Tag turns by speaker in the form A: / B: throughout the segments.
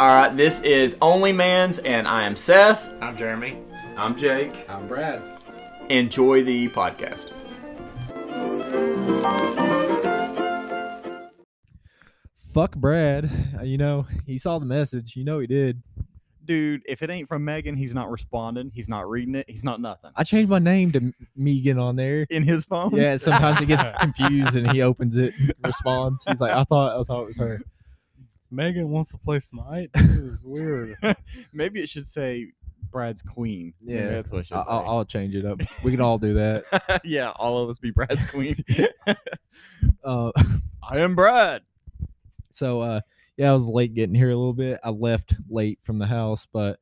A: All right, this is Only Man's, and I am Seth.
B: I'm Jeremy.
C: I'm Jake.
B: I'm Brad.
A: Enjoy the podcast.
D: fuck Brad. Uh, You know, he saw the message. You know he did.
E: dude, if it ain't from Megan, he's not responding. He's not reading it. He's not nothing.
D: I changed my name to M- Megan on there.
E: In his phone.
D: Yeah, sometimes he gets confused and he opens it, and responds. He's like, I thought, I thought it was her.
F: Megan wants to play Smite. This is weird.
E: Maybe it should say Brad's queen. Maybe
D: Yeah.
E: that's what it should
D: I- I'll, I'll change it up. We can all do that.
E: say. yeah, all of us be Brad's queen.
D: Uh,
E: I am Brad.
D: so, uh, yeah, I was late getting here a little bit. I left late from the house, but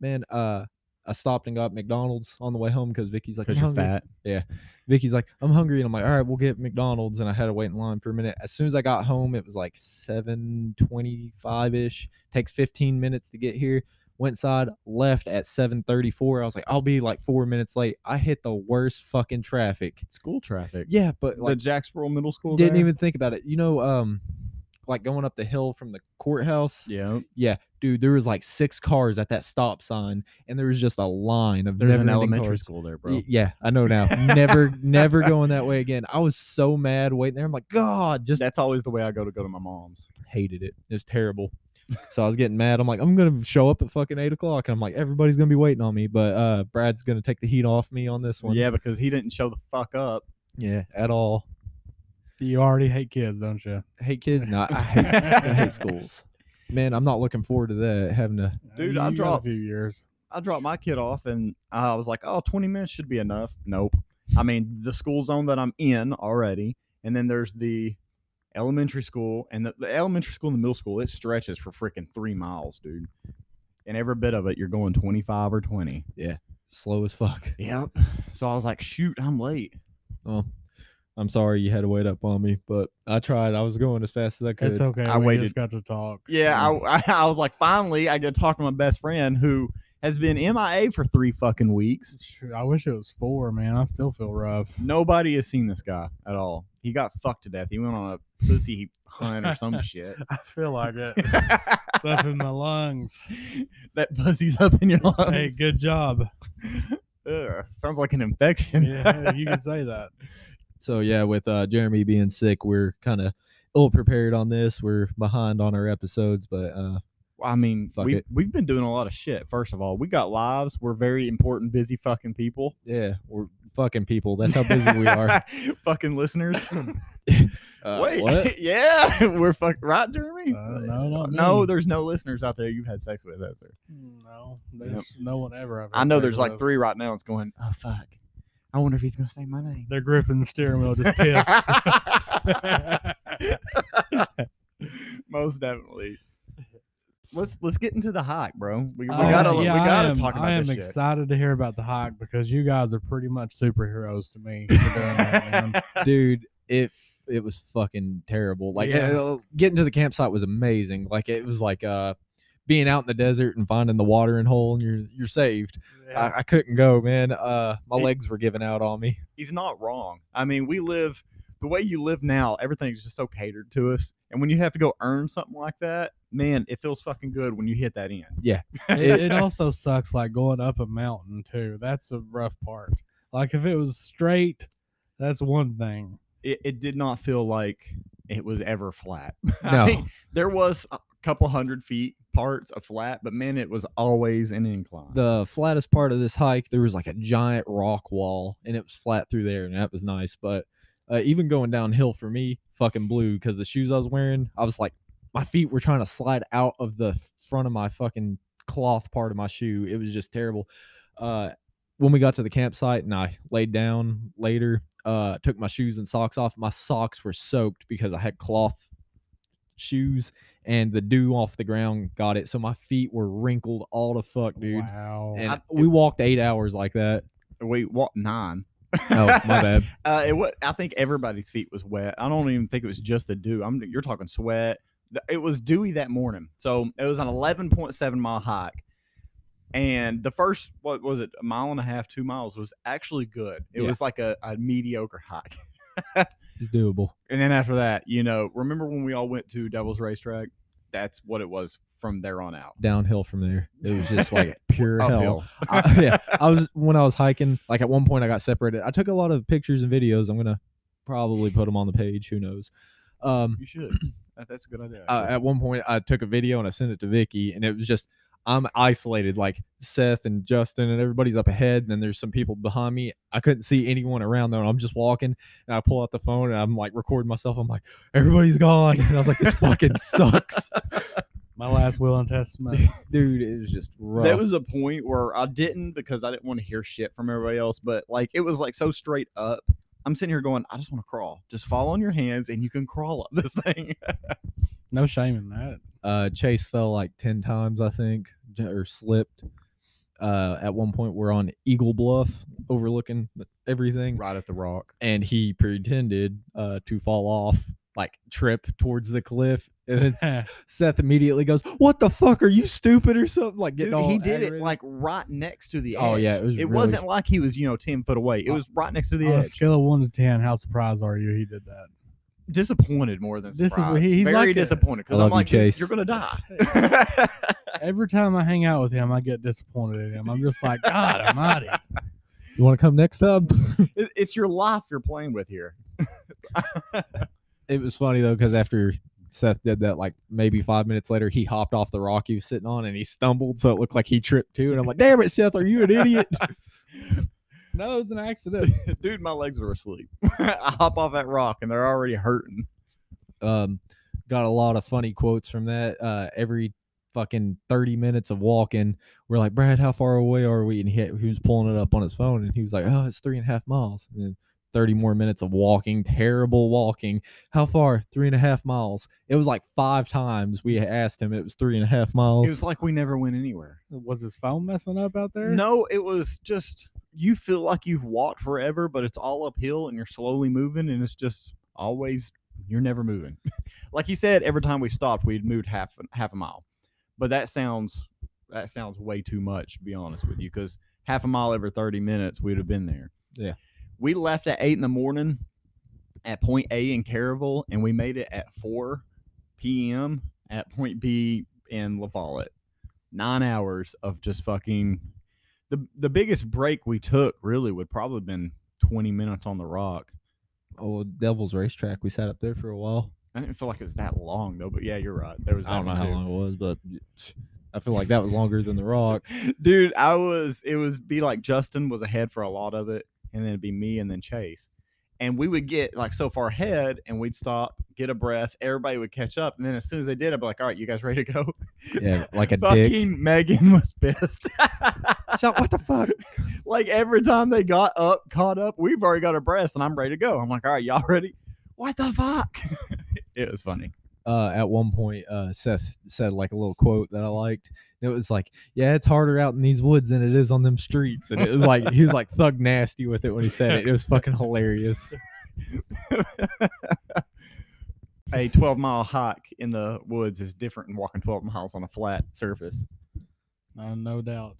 D: man, uh, I stopped and got McDonald's on the way home because Vicky's like,
E: Because
D: "I'm
E: you're
D: hungry."
E: fat.
D: Vicky's like, I'm hungry. And I'm like, all right, we'll get McDonald's. And I had to wait in line for a minute. As soon as I got home, it was like 725 ish. Takes 15 minutes to get here. Went inside, left at 734. I was like, I'll be like four minutes late. I hit the worst fucking traffick.
E: School traffic.
D: Yeah, but like,
E: the Jacksboro Middle School.
D: didn't
E: there?
D: even think about it. You know, um, like going up the hill from the courthouse,
E: Yeah.
D: dude, there was like six cars at that stop sign, and there was just a line of
E: There's an
D: never-ending
E: elementary
D: cars.
E: school there,
D: Y-
E: bro.
D: Yeah, I know now. Never, never going that way again. I was so mad waiting there. I'm like, God, just
E: That's always the way I go to go to my mom's.
D: hated it. It was terrible. So I was getting mad. I'm like, I'm gonna show up at fucking eight o'clock, and I'm like, everybody's gonna be waiting on me. But uh, Brad's gonna take the heat off me on this one.
E: Yeah, because he didn't show the fuck up.
D: yeah, at all.
F: You already hate kids, don't you?
D: Hate kids, not. I hate, I hate schools. Man, I'm not looking forward to that. Having to.
E: Dude,
F: you
E: I
F: got
E: dropped-
F: a few years.
E: I dropped my kid off and I was like, oh, 20 minutes should be enough. Nope. I mean, the school zone that I'm in already, and then there's the elementary school, and the, the elementary school and the middle school, it stretches for freaking three miles, dude. And every bit of it, you're going 25 or 20.
D: Slow as fuck.
E: Yep. So I was like, shoot, I'm late.
D: Well, I'm sorry you had to wait up on me, but I tried. I was going as fast as I could.
F: It's okay.
E: I
F: we
E: waited.
F: just got to talk.
E: Yeah, I, I, I was like, finally, I get to talk to my best friend who has been MIA for three fucking weeks.
F: Shoot, I wish it was four, man. I still feel rough.
E: Nobody has seen this guy at all. He got fucked to death. He went on a pussy hunt or some shit.
F: I feel like it. it's up in my lungs.
E: that pussy's up in your lungs.
F: Hey, good job.
E: Ugh, sounds like an infection.
F: Yeah, you can say that.
D: So yeah, with uh, Jeremy being sick, we're kind of ill prepared on this. We're behind on our episodes, but uh,
E: I mean,
D: Fuck
E: we,
D: it.
E: we've been doing a lot of shit. First of all, we got lives. We're very important, busy fucking people.
D: yeah, we're fucking people. That's how busy we are.
E: fucking listeners.
D: Uh,
E: Wait,
D: what?
E: yeah, we're fuck right, Jeremy?
F: Uh, no, not
E: no,
F: me.
E: there's no listeners out there you've had sex with, has there?
F: No, there's no one ever. I've
E: I
F: had
E: know
F: sex
E: there's like
F: with.
E: three right now. It's going. Oh fuck! I wonder if he's gonna say my name.
F: They're gripping the steering wheel, just pissed.
E: Most definitely. Let's let's get into the hike, bro. We, we
F: Uh,
E: gotta
F: yeah,
E: we
F: I
E: gotta
F: am-
E: talk about
F: I am
E: this shit.
F: excited to hear about the hike because you guys are pretty much superheroes to me. for doing that, man.
D: dude? It it was fucking terrible. Like
F: Yeah.
D: uh, getting to the campsite was amazing. Like it was like uh, being out in the desert and finding the watering hole, and you're you're saved. I, I couldn't go, man. Uh, my
E: It-
D: legs were giving out on me.
E: He's not wrong. I mean, we live the way you live now. Everything's just so catered to us, and when you have to go earn something like that, man, it feels fucking good when you hit that end.
F: it, it also sucks like going up a mountain too. That's a rough part. Like if it was straight, that's one thing.
E: It, it did not feel like it was ever flat.
D: No.
E: I mean, there was a couple hundred feet parts of flat, but man, it was always an incline.
D: the flattest part of this hike there was like a giant rock wall and it was flat through there and that was nice but uh, even going downhill for me fucking blue because the shoes i was wearing i was like my feet were trying to slide out of the front of my fucking cloth part of my shoe it was just terrible uh, when we got to the campsite and i laid down later uh, took my shoes and socks off my socks were soaked because i had cloth shoes and the dew off the ground got it so my feet were wrinkled all the fuck dude
F: Wow.
D: and
E: I-
D: we walked eight hours like that.
E: Wait, what nine?
D: Oh, my bad.
E: Uh, it was, I think everybody's feet was wet. I don't even think it was just the dew. I'm you're talking sweat. Th- It was dewy that morning, so it was an 11.7 mile hike, and the first what was it a mile and a half, two miles was actually good. It
D: Yeah.
E: was like a, a mediocre hike,
D: It's doable.
E: and then after that, you know, remember when we all went to Devil's Racetrack? that's what it was from there on out. Oh,
D: downhill from there. It was just like pure hell.
E: Uphill.
D: I, yeah, I was when I was hiking. Like at one point, I got separated. I took a lot of pictures and videos. I'm gonna probably put them on the page. Who knows? Um,
E: You should. That- That's a good idea.
D: uh,
E: actually.
D: at one point I took a video and I sent it to Vicky, and it was just I'm isolated, like Seth and Justin and everybody's up ahead, and then there's some people behind me. I couldn't see anyone around though, and I'm just walking, and I pull out the phone and I'm like recording myself. I'm like, everybody's gone, and I was like, this fucking sucks,
F: My last will and testament.
D: dude. It was just rough.
E: There was a point where I didn't because I didn't want to hear shit from everybody else, but like it was like so straight up. I'm sitting here going, I just want to crawl. Just fall on your hands and you can crawl up this thing.
F: No shame in that.
D: uh, Chase fell like 10 times, I think, j- or slipped. Uh, at one point, we're on Eagle Bluff overlooking th- everything,
E: right at the rock.
D: and he pretended uh, to fall off, like trip towards the cliff. And then Seth immediately goes, What the fuck? Are you stupid or something? Like, getting all
E: he did
D: aggravated.
E: it like right next to the edge.
D: Oh, yeah, it was
E: It
D: really-
E: wasn't like he was, you know, 10 foot away. It
F: Uh,
E: was right next to the
F: On a
E: edge.
F: scale of one to ten, how surprised are you he did that?
E: disappointed more than
F: Dis-
E: surprised.
F: he- he's
E: Very
F: like a-
D: I
E: disappointed because
D: love
E: I'm
D: you,
E: like, "Dude,
D: Chase."
E: you're gonna die.
F: Every time I hang out with him, I get disappointed in him. I'm just like, God Almighty.
D: You want to come next time?
E: It- it's your life you're playing with here.
D: it was funny though because after Seth did that, like maybe five minutes later, he hopped off the rock he was sitting on and he stumbled, so it looked like he tripped too. And I'm like, "Damn it, Seth, are you an idiot?"
F: No, it was an accident.
E: Dude, my legs were asleep. I hop off that rock and they're already hurting.
D: Um, got a lot of funny quotes from that. Uh, every fucking 30 minutes of walking, we're like, "Brad, how far away are we?" And he, had- he was pulling it up on his phone, and he was like, "Oh, it's three and a half miles." And then 30 more minutes of walking, terrible walking. How far? Three and a half miles. It was like five times we asked him. It was three and a half miles.
E: It was like we never went anywhere.
F: Was his phone messing up out there?
E: No, it was just you feel like you've walked forever, but it's all uphill and you're slowly moving and it's just always you're never moving. like he said, every time we stopped, we'd moved half half a mile. But that sounds that sounds way too much, to be honest with you, because half a mile every 30 minutes we'd have been there.
D: Yeah.
E: We left at eight in the morning at point A in Caravel and we made it at four PM at point B in La Follette. Nine hours of just fucking the the biggest break we took really would probably been 20 minutes on the rock.
D: old Oh, Devil's Racetrack. We sat up there for a while.
E: I didn't feel like it was that long though, but yeah, you're right. There was that
D: I don't know
E: one,
D: how
E: too.
D: long it was, but I feel like that was longer than the Rock.
E: Dude, I was it was be like Justin was ahead for a lot of it, and then it'd be me and then Chase. And we would get like so far ahead and we'd stop, get a breath, everybody would catch up, and then as soon as they did, I'd be like, all right, you guys ready to go?
D: Yeah, like a
E: Fucking
D: dick.
E: Megan was pissed.
D: So, what the fuck?
E: like every time they got up, caught up, we've already got a breath and I'm ready to go. I'm like, all right, y'all ready? What the fuck? it was funny.
D: Uh, at one point, uh, Seth said like a little quote that I liked. It was like, "Yeah, it's harder out in these woods than it is on them streets," and it was like he was like thug nasty with it when he said it. It was fucking hilarious.
E: A 12 mile hike in the woods is different than walking 12 miles on a flat surface.
F: Uh, no doubt.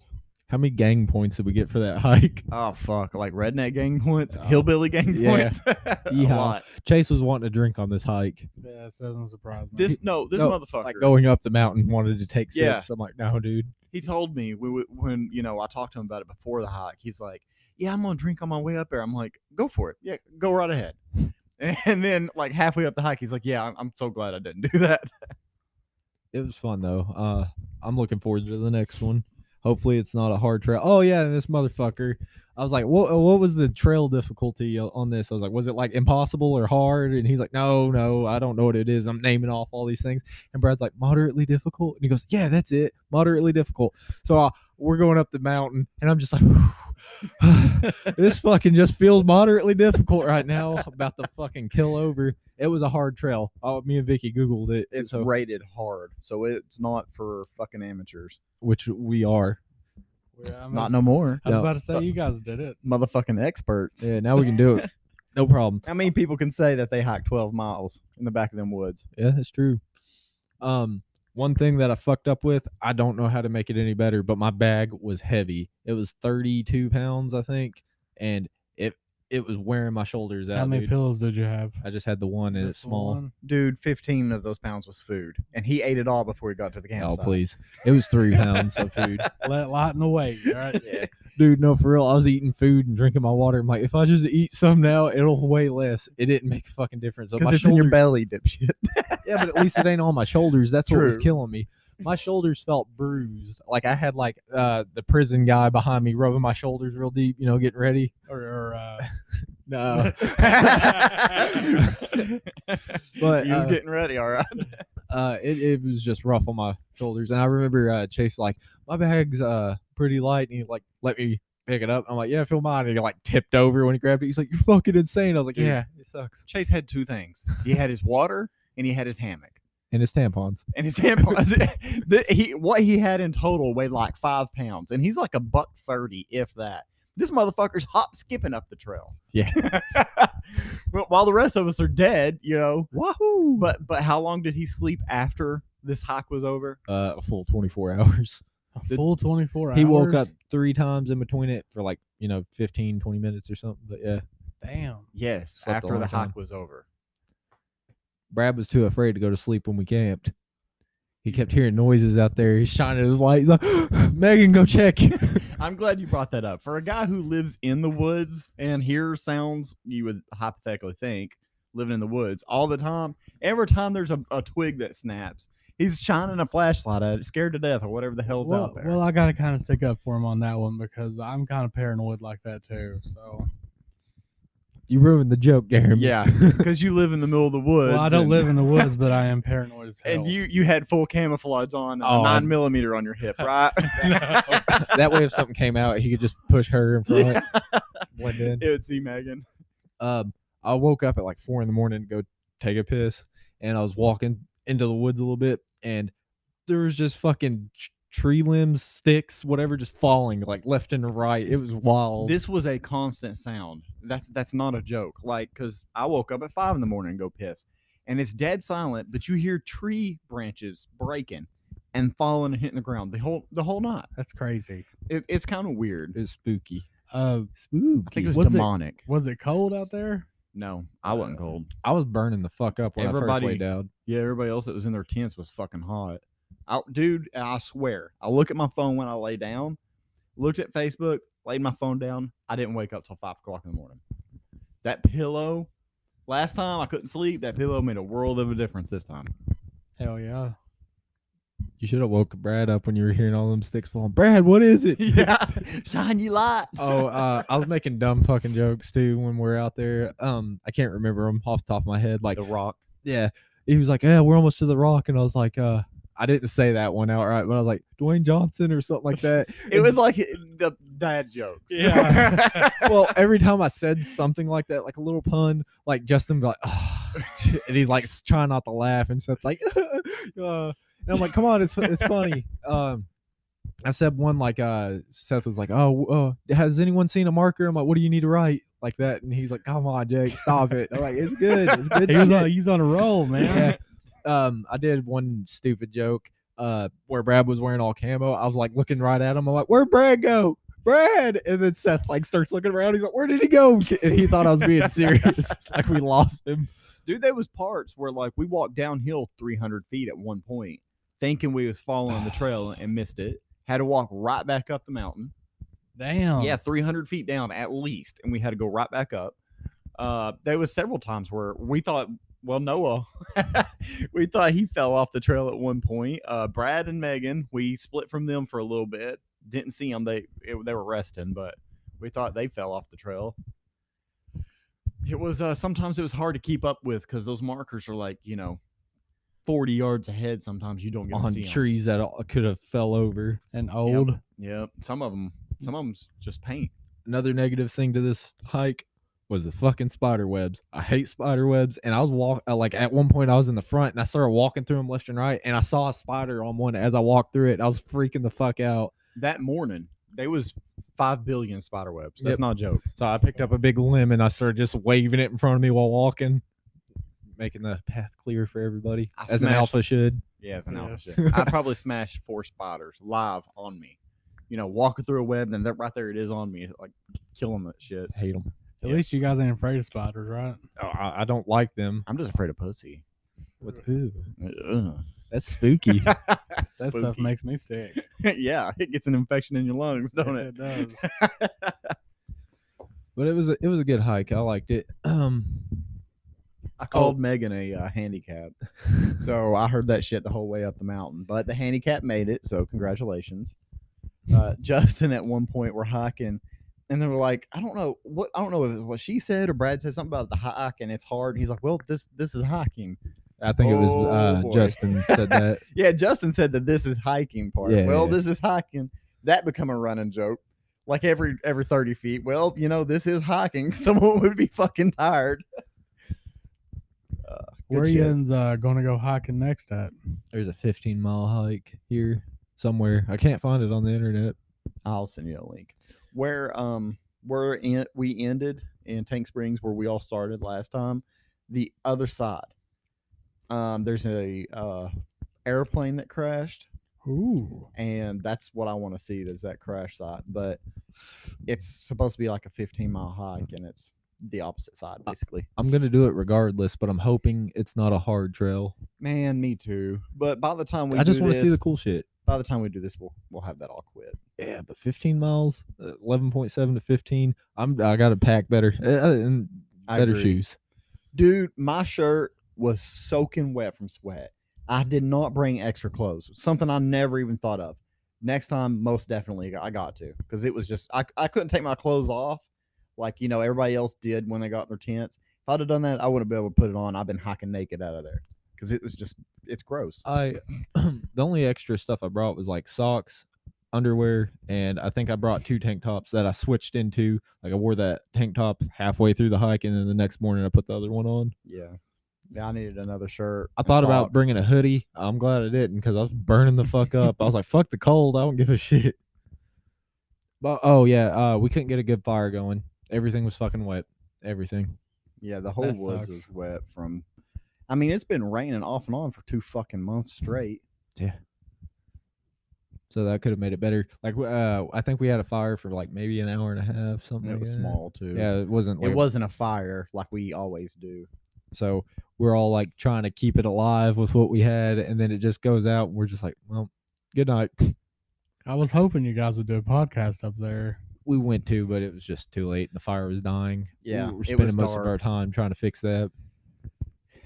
D: How many gang points did we get for that hike?
E: Oh fuck! Like redneck gang points,
D: Oh.
E: hillbilly gang
D: Yeah.
E: points. a
D: Yeehaw.
E: lot.
D: Chase was wanting a drink on this hike,
F: Yeah, this doesn't surprise me.
E: This no, this
D: No,
E: motherfucker.
D: like going up the mountain, wanted to take sips.
E: Yeah.
D: I'm like, "No, dude."
E: he told me we, w- when you know I talked to him about it before the hike. He's like, "Yeah, I'm gonna drink on my way up there." I'm like, "Go for it. Yeah, go right ahead." And then like halfway up the hike, he's like, "Yeah, I'm, I'm so glad I didn't do that."
D: it was fun though. Uh, I'm looking forward to the next one. Hopefully, it's not a hard trail. Oh yeah, and this motherfucker. I was like, what? What was the trail difficulty o- on this? I was like, was it like impossible or hard? And he's like, no, no, I don't know what it is. I'm naming off all these things, and Brad's like, moderately difficult, and he goes, yeah, that's it, moderately difficult. So uh, we're going up the mountain, and I'm just like. this fucking just feels moderately difficult right now. About to fucking kill over. It was a hard trail. Oh, me and Vicky googled it. so-
E: rated hard, so it's not for fucking amateurs.
D: which we are.
F: Yeah, I'm
E: Not
F: just-
E: no more,
F: I was
D: No.
F: about to say you guys did it.
E: motherfucking experts.
D: Yeah, now we can do it. No problem.
E: How many people can say that they hiked 12 miles in the back of them woods?
D: Yeah, that's true. Um, one thing that I fucked up with, I don't know how to make it any better, but my bag was heavy. It was 32 pounds, I think, and it it was wearing my shoulders out.
F: How many
D: dude.
F: pillows did you have?
D: I just had the one and it's
F: Just
D: small.
F: one?
E: Dude, 15 of those pounds was food, and he ate it all before he got to the
D: Oh
E: campsite.
D: please! It was three pounds of food,
F: Let lighten the weight. All right.
A: Yeah.
D: dude. No, for real. I was eating food and drinking my water. I'm like, if I just eat some now, it'll weigh less. It didn't make a fucking difference. So
E: Because
D: my
E: it's in your
D: shoulders-
E: belly, dipshit.
D: yeah, but at least it ain't on my shoulders. That's what was
E: True.
D: killing me. My shoulders felt bruised. Like I had like uh the prison guy behind me rubbing my shoulders real deep. You know, getting ready.
F: Or, or uh,
D: No, but
E: he
D: uh,
E: was getting ready, all right.
D: uh, it, it was just rough on my shoulders. And I remember uh, Chase like, my bag's uh pretty light, and he like let me pick it up. I'm like, yeah, I feel mine. And he like tipped over when he grabbed it. He's like, you're fucking insane. I was like,
E: Dude.
D: yeah, it sucks.
E: Chase had two things. He had his water and he had his hammock.
D: And his tampons.
E: And his tampons. the, he what he had in total weighed like five pounds, and he's like a buck thirty, if that. This motherfucker's hop skipping up the trail.
D: Yeah.
E: Well, While the rest of us are dead, you know.
D: Wahoo! But
E: But but how long did he sleep after this hike was over?
D: uh, a full 24 hours.
F: a
D: The-
F: full 24 hours.
D: He woke up three times in between it for like you know 15, 20 minutes or something. But yeah,
F: Damn.
E: Yes,
D: Slept a
E: after the
D: long time.
E: hike was over.
D: Brad was too afraid to go to sleep when we camped. He kept hearing noises out there. He's shining his light. He's like, Megan, go check.
E: I'm glad you brought that up. For a guy who lives in the woods and hears sounds, you would hypothetically think living in the woods all the time. Every time there's a, a twig that snaps, he's shining a flashlight at it, scared to death or whatever the hell's
F: Well,
E: out there.
F: well, I got to kind of stick up for him on that one because I'm kind of paranoid like that too. So,
D: you ruined the joke, Jeremy.
E: yeah, because you live in the middle of the woods.
F: well, I don't
E: and,
F: live in the woods, but I am paranoid as hell.
E: And you you had full camouflage on, and a
D: Oh,
E: nine
D: I'm-
E: millimeter on your hip, right?
D: that way, if something came out, he could just push her in front. Blend in.
E: it would see Megan.
D: Um, I woke up at like four in the morning to go take a piss, and I was walking into the woods a little bit, and there was just fucking tr- tree limbs, sticks, whatever, just falling like left and right. It was wild.
E: This was a constant sound. That's that's not a joke. Like, cause I woke up at five in the morning and go piss, and it's dead silent, but you hear tree branches breaking and falling and hitting the ground the whole the whole night.
F: That's crazy.
E: It, it's kind of weird.
D: it was spooky.
F: Uh,
D: Spooky.
E: I think it was
F: What's it-
E: demonic.
F: was it cold out there?
E: No, I wasn't cold.
D: I was burning the fuck up when I first
E: Everybody-
D: laid down.
E: Yeah, everybody else that was in their tents was fucking hot. I, dude, I swear, I look at my phone when I lay down, looked at Facebook, laid my phone down. I didn't wake up till five o'clock in the morning. That pillow, last time I couldn't sleep. That pillow made a world of a difference this time.
F: Hell yeah.
D: You should have woke Brad up when you were hearing all them sticks falling. Brad, what is it?
E: yeah, shine your light.
D: oh, uh, I was making dumb fucking jokes too when we were out there. Um, I can't remember them off the top of my head. Like
E: the rock.
D: yeah he was like yeah we're almost to the rock and i was like uh i didn't say that one outright but i was like dwayne johnson or something like that
E: It was like the dad jokes.
F: Yeah.
D: well every time i said something like that like a little pun like justin be like "Ah," and he's like s- trying not to laugh and stuff like uh, and i'm like come on it's it's funny um i said one like uh seth was like oh uh, has anyone seen a marker i'm like what do you need to write like that and he's like come on jake stop it i'm like it's good it's good
F: He was
D: shit."
F: on, he's on a roll, man.
D: Yeah. Um, I did one stupid joke uh, where Brad was wearing all camo. I was like looking right at him. I'm like, where'd Brad go? Brad! And then Seth like starts looking around. He's like, where did he go? And he thought I was being serious. like we lost him.
E: dude there was parts where like we walked downhill 300 feet at one point thinking we was following the trail and missed it had to walk right back up the mountain
F: Damn.
E: yeah 300 feet down at least and we had to go right back up uh there was several times where we thought well noah we thought he fell off the trail at one point uh brad and megan we split from them for a little bit didn't see them they it, they were resting but we thought they fell off the trail it was uh sometimes it was hard to keep up with because those markers are like you know 40 yards ahead sometimes you don't get to
D: On
E: see 'em.
D: trees that all- could have fell over.
F: And old.
E: yep some of them some of them's just paint
D: Another negative thing to this hike was the fucking spider webs. I hate spider webs. And I was walk uh, like at one point I was in the front and I started walking through them left and right. And I saw a spider on one as I walked through it. I was freaking the fuck out.
E: that morning they was five billion spider webs. That's
D: Yep.
E: not a joke.
D: So I picked up a big limb and I started just waving it in front of me while walking, making the path clear for everybody
E: I
D: as an
E: smashed-
D: alpha should.
E: Yeah, it's
F: an alpha
E: I probably smashed four spiders live on me. You know, walking through a web and that right there it is on me, like killing that shit.
D: Hate them.
F: At
A: Yeah.
F: least you guys ain't afraid of spiders, right?
D: Oh, I, I don't like them.
E: I'm just afraid of pussy.
D: With, ooh,
E: Ugh.
D: that's spooky.
F: That stuff
E: Spooky.
F: makes me sick.
E: yeah, it gets an infection in your lungs, don't it?
F: It does.
D: but it was a, it was a good hike. I liked it. Um,
E: I
D: Oh.
E: called Megan a uh, handicap, so I heard that shit the whole way up the mountain. But the handicap made it, so congratulations. Uh, Justin at one point were hiking, and they were like, "I don't know what I don't know if it's what she said or Brad said something about the hike and it's hard." He's like, "Well, this this is hiking."
D: I think it was
E: Oh,
D: uh,
E: boy.
D: Justin said that.
E: Yeah, Justin said that this is hiking part.
D: Yeah,
E: well,
D: yeah.
E: this is hiking. That become a running joke. Like every every thirty feet. Well, you know, this is hiking. Someone would be fucking tired. Uh, good
F: Where are
E: shit.
F: you uh, going to go hiking next at?
D: There's a 15 mile hike here somewhere. I can't find it on the internet.
E: I'll send you a link. Where um where in, we ended in Tank Springs, where we all started last time, the other side. Um, there's a uh, airplane that crashed,
F: Ooh.
E: and that's what I want to see. There's that crash site, but it's supposed to be like a 15 mile hike, and it's the opposite side
D: Uh,
E: basically.
D: I'm gonna do it regardless, but I'm hoping it's not a hard trail.
E: Man, me too. But by the time we
D: I just
E: do
D: want to see
E: this-
D: the cool shit.
E: by the time we do this, we'll we'll have that all quit.
D: Yeah, but 15 miles, uh, 11.7 to 15. I'm I gotta pack better uh, uh, and
E: I
D: better
E: agree.
D: shoes.
E: dude, my shirt was soaking wet from sweat. I did not bring extra clothes, something I never even thought of. Next time, most definitely, I got to because it was just I, I couldn't take my clothes off like you know everybody else did when they got in their tents. If I'd have done that, I wouldn't be able to put it on. I've been hiking naked out of there because it was just it's gross.
D: I the only extra stuff I brought was like socks, underwear, and I think I brought two tank tops that I switched into. Like I wore that tank top halfway through the hike, and then the next morning I put the other one on.
E: Yeah, yeah, I needed another shirt.
D: I
E: and
D: thought about
E: socks.
D: bringing a hoodie. I'm glad I didn't because I was burning the fuck up. I was like, fuck the cold. I don't give a shit. But oh yeah, uh, we couldn't get a good fire going. Everything was fucking wet. Everything.
E: Yeah, the whole
F: That
E: woods
F: sucks.
E: was wet from. I mean, it's been raining off and on for two fucking months straight.
D: So that could have made it better. Like w- uh, I think we had a fire for like maybe an hour and a half, something.
E: And
D: like
E: it was
D: that.
E: small too.
D: Oh Yeah, it wasn't. Like
E: it
D: a-
E: wasn't a fire like we always do.
D: So we're all like trying to keep it alive with what we had, and then it just goes out. And we're just like, well, good night.
F: I was hoping you guys would do a podcast up there.
D: We went to, but it was just too late, and the fire was dying. We
E: Yeah,
D: were
E: it
D: spending
E: was
D: most
E: dark.
D: of our time trying to fix that.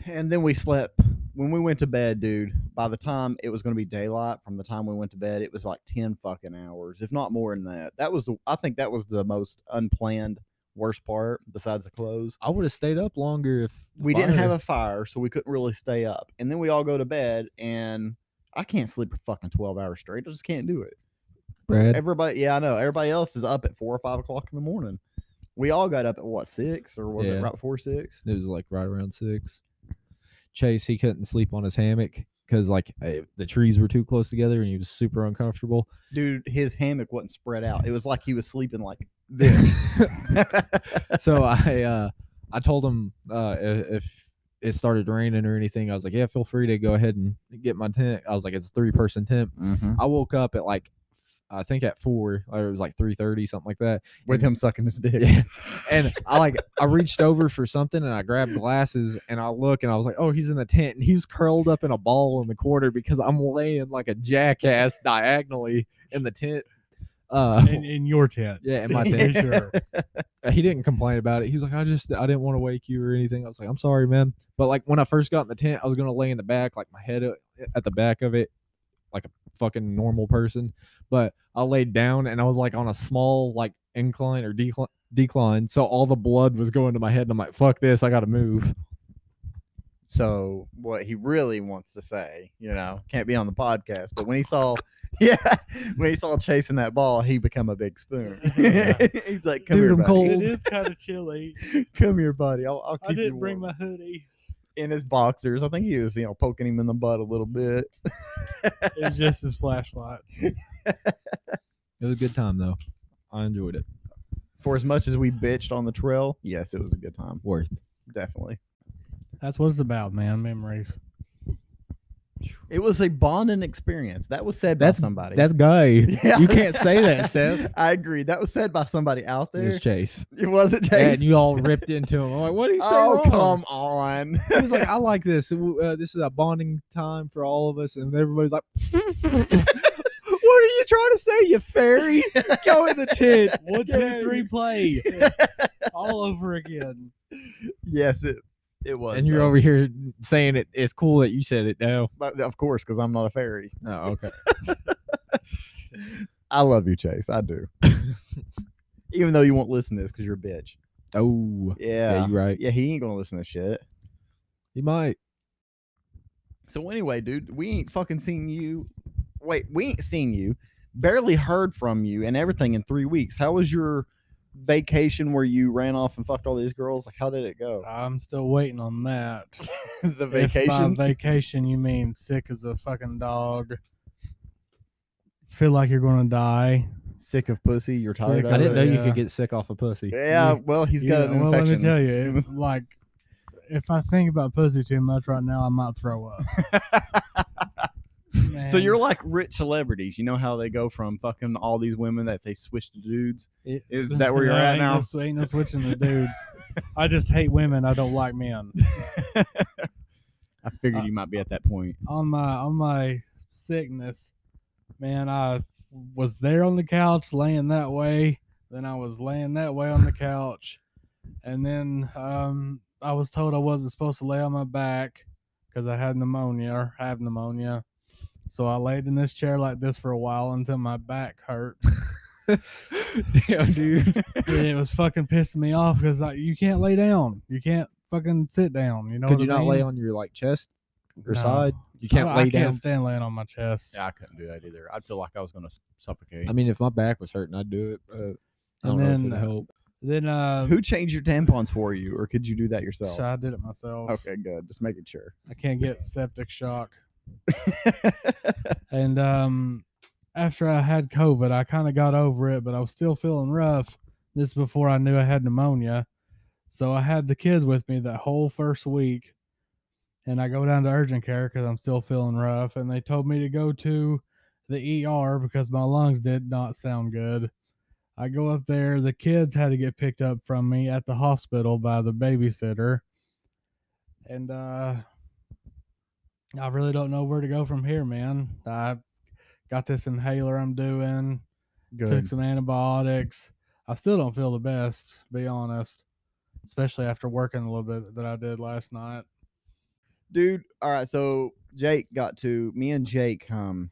E: And then we slept when we went to bed, dude. By the time it was going to be daylight, from the time we went to bed, it was like ten fucking hours, if not more than that. That was the I think that was the most unplanned worst part besides the clothes.
D: I would have stayed up longer if the
E: We didn't have
D: fire-
E: a fire, so we couldn't really stay up. And then we all go to bed, and I can't sleep for fucking twelve hours straight. I just can't do it.
D: Brad.
E: Everybody, yeah, I know. Everybody else is up at four or five o'clock in the morning. We all got up at what six or was
D: Yeah.
E: it right before six?
D: It was like right around six. Chase he couldn't sleep on his hammock because like eh, the trees were too close together, and he was super uncomfortable.
E: dude his hammock wasn't spread out it was like he was sleeping like this
D: so I uh I told him uh i- if it started raining or anything, I was like, Yeah, feel free to go ahead and get my tent. I was like, it's a three person tent.
E: Mm-hmm.
D: I woke up at like I think at four, or it was like three thirty, something like that.
E: with him sucking his dick
D: Yeah. And I like I reached over for something and I grabbed glasses and I look and I was like, Oh, he's in the tent and he was curled up in a ball in the corner because I'm laying like a jackass diagonally in the tent. Uh
E: Oh.
F: In, in your tent.
D: yeah, in my
F: Just
D: tent.
F: to be sure.
D: Uh, he didn't complain about it. He was like, I just I didn't want to wake you or anything. I was like, I'm sorry, man. But like when I first got in the tent, I was gonna lay in the back, like my head uh, at the back of it, like a fucking normal person. But I laid down and I was like on a small like incline or decline decline. So all the blood was going to my head and I'm like, fuck this, I gotta move.
E: so what he really wants to say you know can't be on the podcast but when he saw yeah when he saw chasing that ball he become a big spoon
F: Yeah.
E: he's like come
D: Dude,
E: here
D: I'm
E: buddy.
D: cold.
F: It is kind of chilly.
E: come here buddy i'll, I'll keep
F: I didn't
E: you
F: bring
E: warm."
F: my hoodie.
E: in his boxers i think he was you know poking him in the butt a little bit
F: It's just his flashlight.
D: It was a good time though. I enjoyed it.
E: for as much as we bitched on the trail yes it was a good time
D: Worth.
E: definitely
F: That's what it's about, man. Memories.
E: It was a bonding experience. That was said
D: That's-
E: by somebody.
D: That's gay.
E: Yeah.
D: You can't say that, Seth.
E: I agree. That was said by somebody out
D: It
E: there.
D: was Chase.
E: It wasn't
D: Yeah,
E: Chase.
D: and you all ripped into him. I'm like, what do you say?
E: oh,
D: wrong?
E: come on.
D: He was like, I like this. Uh, this is a bonding time for all of us. And everybody's like, what are you trying to say, you fairy? Go in the tent.
F: One, two, three, play all over again.
E: yes, it it was.
D: And you're
E: though.
D: over here saying it. It's cool that you said it now.
E: But of course, because I'm not a fairy.
D: Oh, okay.
E: I love you, Chase. I do. Even though you won't listen to this because you're a bitch.
D: Oh, yeah,
E: Yeah. Yeah,
D: you're right.
E: he ain't gonna listen to shit.
D: You might.
E: So anyway, dude, we ain't fucking seen you. Wait, we ain't seen you. Barely heard from you and everything in three weeks. How was your vacation where you ran off and fucked all these girls? Like, how did it go?
F: I'm still waiting on that.
E: the
F: If
E: vacation.
F: by vacation, you mean sick as a fucking dog. Feel like you're gonna die.
E: Sick of pussy. You're
F: Sick
E: tired.
F: of
E: Of
D: I didn't know
E: it?
D: you could
F: yeah.
D: get sick off a pussy.
E: Yeah. Well, he's
F: You
E: got
F: know,
E: an
F: well,
E: infection.
F: Let me tell you, it, like if I think about pussy too much right now, I might throw up.
E: So you're
F: Man.
E: like rich celebrities. You know how they go from fucking all these women that they switch to dudes.
F: It-
E: Is that where you're
F: No,
E: at
F: ain't
E: now?
F: No, ain't no switching the dudes. I just hate women. I don't like men.
E: I figured you might be at that point.
F: On my on my sickness, man, I was there on the couch laying that way. Then I was laying that way on the couch, and then um, I was told I wasn't supposed to lay on my back because I had pneumonia or have pneumonia. So I laid in this chair like this for a while until my back hurt.
D: Damn, dude.
F: And it was fucking pissing me off because like you can't lay down, you can't fucking sit down. You know?
D: Could
F: what
D: you
F: I
D: not lay
F: mean?
D: on your like chest or
F: No.
D: side? You
F: I
D: can't
F: don't-
D: lay
F: I
D: down.
F: can't stand laying on my chest.
E: I couldn't do that either. I'd feel like I was going to suffocate.
D: I mean, if my back was hurting, I'd do it. But I
F: And
D: don't know
F: then,
D: if it'd help.
F: then uh,
E: Who changed your tampons for you, or could you do that yourself?
F: so I did it myself.
E: Okay, good. Just making sure.
F: I can't get septic shock. and um, after I had COVID, I kind of got over it, but I was still feeling rough. This is before I knew I had pneumonia. So I had the kids with me that whole first week. And I go down to urgent care because I'm still feeling rough. And they told me to go to the ER because my lungs did not sound good. I go up there. The kids had to get picked up from me at the hospital by the babysitter. And uh, I really don't know where to go from here, man. I got this inhaler I'm doing, took some antibiotics. I still don't feel the best, to be honest, especially after working a little bit that I did last night.
E: dude. All right, so Jake got to me and Jake um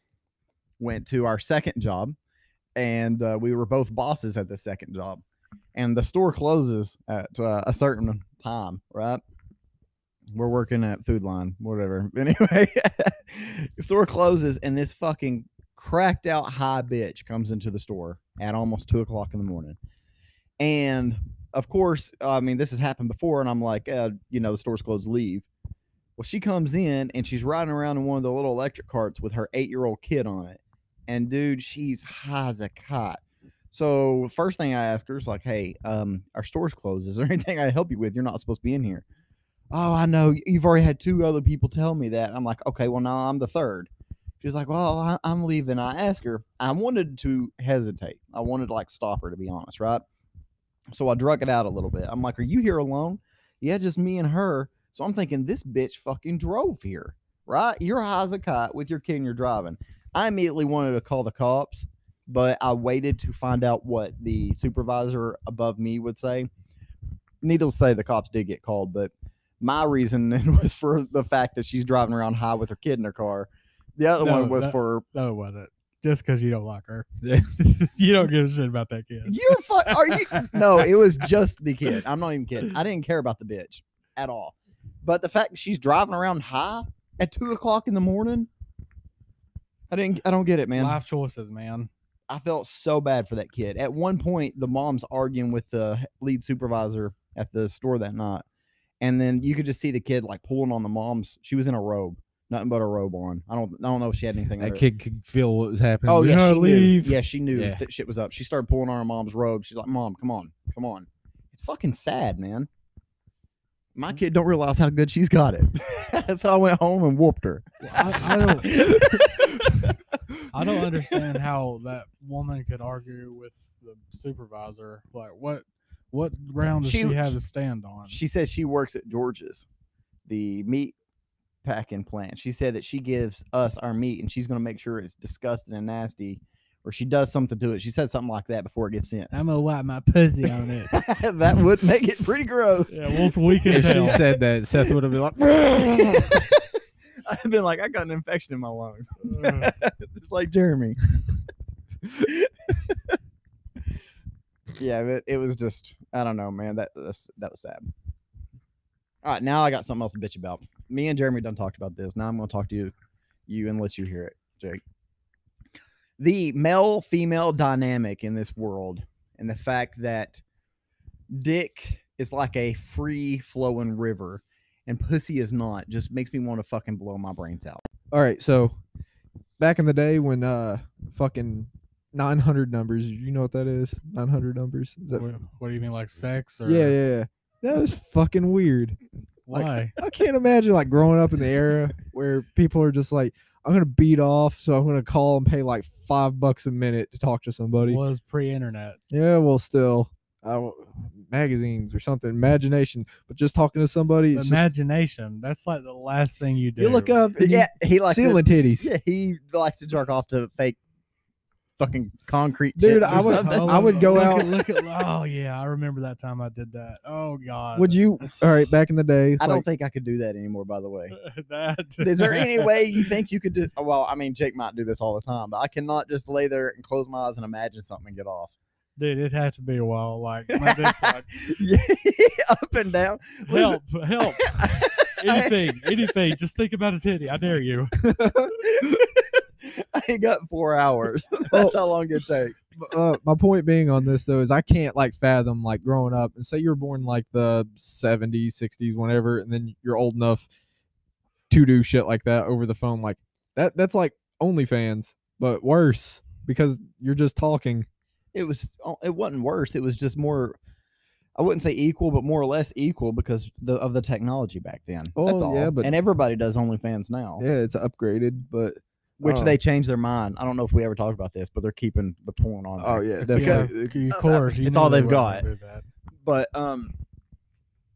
E: went to our second job, and uh, we were both bosses at the second job, and the store closes at uh, a certain time, right? We're working at Food Line, whatever. Anyway, store closes, and this fucking cracked out high bitch comes into the store at almost two o'clock in the morning, and of course, I mean this has happened before, and I'm like, uh, you know, the store's closed, leave. Well, she comes in and she's riding around in one of the little electric carts with her eight year old kid on it. And dude, she's high as a kite. So first thing I ask her is like, "Hey, um, our store's closed. Is there anything I can help you with? You're not supposed to be in here." Oh, I know. y- You've already had two other people tell me that. I'm like, okay, well now I'm the third. She's like, well, I, I'm leaving. I ask her. I wanted to hesitate. I wanted to like stop her to be honest, right? So I drug it out a little bit. I'm like, are you here alone? Yeah, just me and her. So I'm thinking this bitch fucking drove here, right? You're high as a kite with your kid and you're driving. I immediately wanted to call the cops, but I waited to find out what the supervisor above me would say. Needless to say, the cops did get called, but my reason then was for the fact that she's driving around high with her kid in her car. The other
F: No,
E: one was
F: that-
E: for
F: No, it wasn't. Just because you don't like her.
D: Yeah.
F: you don't give a shit about that kid.
E: You're fu- are you? No, it was just the kid. I'm not even kidding. I didn't care about the bitch at all. But the fact that she's driving around high at two o'clock in the morning, I didn't. I don't get it, man.
F: Life choices, man.
E: I felt so bad for that kid. At one point, the mom's arguing with the h- lead supervisor at the store that night, and then you could just see the kid like pulling on the mom's. She was in a robe, nothing but a robe on. I don't. I don't know if she had anything.
D: That
E: under it.
D: kid could feel what was happening.
E: Oh
D: He's
E: yeah,
D: like,
E: she
D: "No,
E: knew. Yeah, she knew
D: Yeah.
E: that shit was up. She started pulling on her mom's robe. She's like, "Mom, come on, come on." It's fucking sad, man. My
F: Mm-hmm.
E: kid don't realize how good she's got it. so I went home and whooped her.
F: I, I don't. I don't understand how that woman could argue with the supervisor. Like, what what ground does she,
E: She-
F: have to stand on?
E: She says she works at George's, the meat packing plant. She said that she gives us our meat and she's going to make sure it's disgusting and nasty, or she does something to it. She said something like that before it gets sent.
F: I'm gonna wipe my pussy on it.
E: that would make it pretty gross.
F: yeah, well, it's we can
D: If
F: tell.
D: she said that, Seth would have been like,
E: I've been like, I got an infection in my lungs,
F: Ugh.
E: just like Jeremy. yeah, but it was just, I don't know, man. That that's, that was sad. All right, now I got something else to bitch about. Me and Jeremy done talked about this. Now I'm going to talk to you, you and let you hear it, Jake. The male female dynamic in this world, and the fact that dick is like a free flowing river and pussy is not just makes me want to fucking blow my brains out.
D: all right, so back in the day when uh fucking 900 numbers, you know what that is? 900 numbers. Is that,
F: what, what do you mean, like sex or
D: yeah, yeah, yeah. That was fucking weird.
F: why?
D: I can't imagine like growing up in the era where people are just like, I'm gonna beat off, so I'm gonna call and pay like five bucks a minute to talk to somebody.
F: was pre-internet.
D: Yeah, well, still, I w- magazines or something, imagination, but just talking to somebody. It's just,
F: Imagination. That's like the last thing you do.
D: you look up, and
E: Yeah,
D: yeah,
E: he likes to,
D: ceiling titties.
E: yeah, he likes to jerk off to fake fucking concrete.
D: Dude,
E: tits or
D: I would-
E: something.
D: I would go
F: look at-
D: out-
F: Look at, oh yeah, I remember that time I did that. Oh god.
D: Would you? All right, back in the day,
E: I don't
D: like-
E: think I could do that anymore. By the way,
F: that?
E: is there any way you think you could do? Well, I mean, Jake might do this all the time, but I cannot just lay there and close my eyes and imagine something and get off.
F: Dude, it has to be a while. Like my dick's like,
E: Yeah, up and down.
F: help, help, anything, anything. Just think about a titty. I dare you.
E: I ain't got four hours. That's how long it takes.
D: uh, my point being on this though is I can't like fathom like growing up and say you were born like the 70s, 60s, whenever, and then you're old enough to do shit like that over the phone. Like that, that's like OnlyFans, but worse because you're just talking.
E: it was oh, it wasn't worse it was just more i wouldn't say equal but more or less equal because the, of the technology back then that's
D: Oh,
E: all
D: yeah, but-
E: and everybody does onlyfans now
D: Yeah, it's upgraded, but
E: which
D: oh.
E: they changed their mind i don't know if we ever talked about this but they're keeping the porn on
D: oh
E: there.
D: yeah,
F: Yeah,
D: definitely.
F: of course. you
E: it's all
F: know they
E: they've
F: weren't gonna do that.
E: but um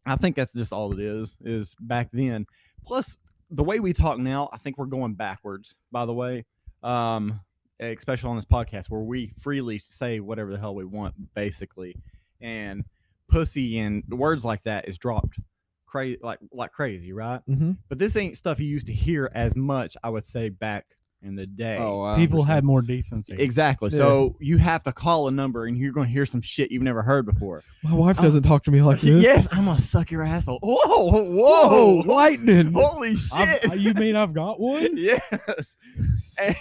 E: i think that's just all it is is back then plus the way we talk now i think we're going backwards by the way um especially on this podcast where we freely say whatever the hell we want basically and pussy and words like that is dropped crazy like like crazy right
D: hmm
E: but this ain't stuff you used to hear as much i would say back in the day
D: Oh,
F: People had more decency.
E: exactly
D: Yeah.
E: so you have to call a number and you're going to hear some shit you've never heard before
D: My wife
E: Oh.
D: doesn't talk to me like this.
E: Yes, I'm gonna suck your asshole. Whoa,
D: Whoa,
E: whoa,
D: lightning.
E: holy
F: I've- uh,
E: shit!
F: you mean I've got one?
E: yes.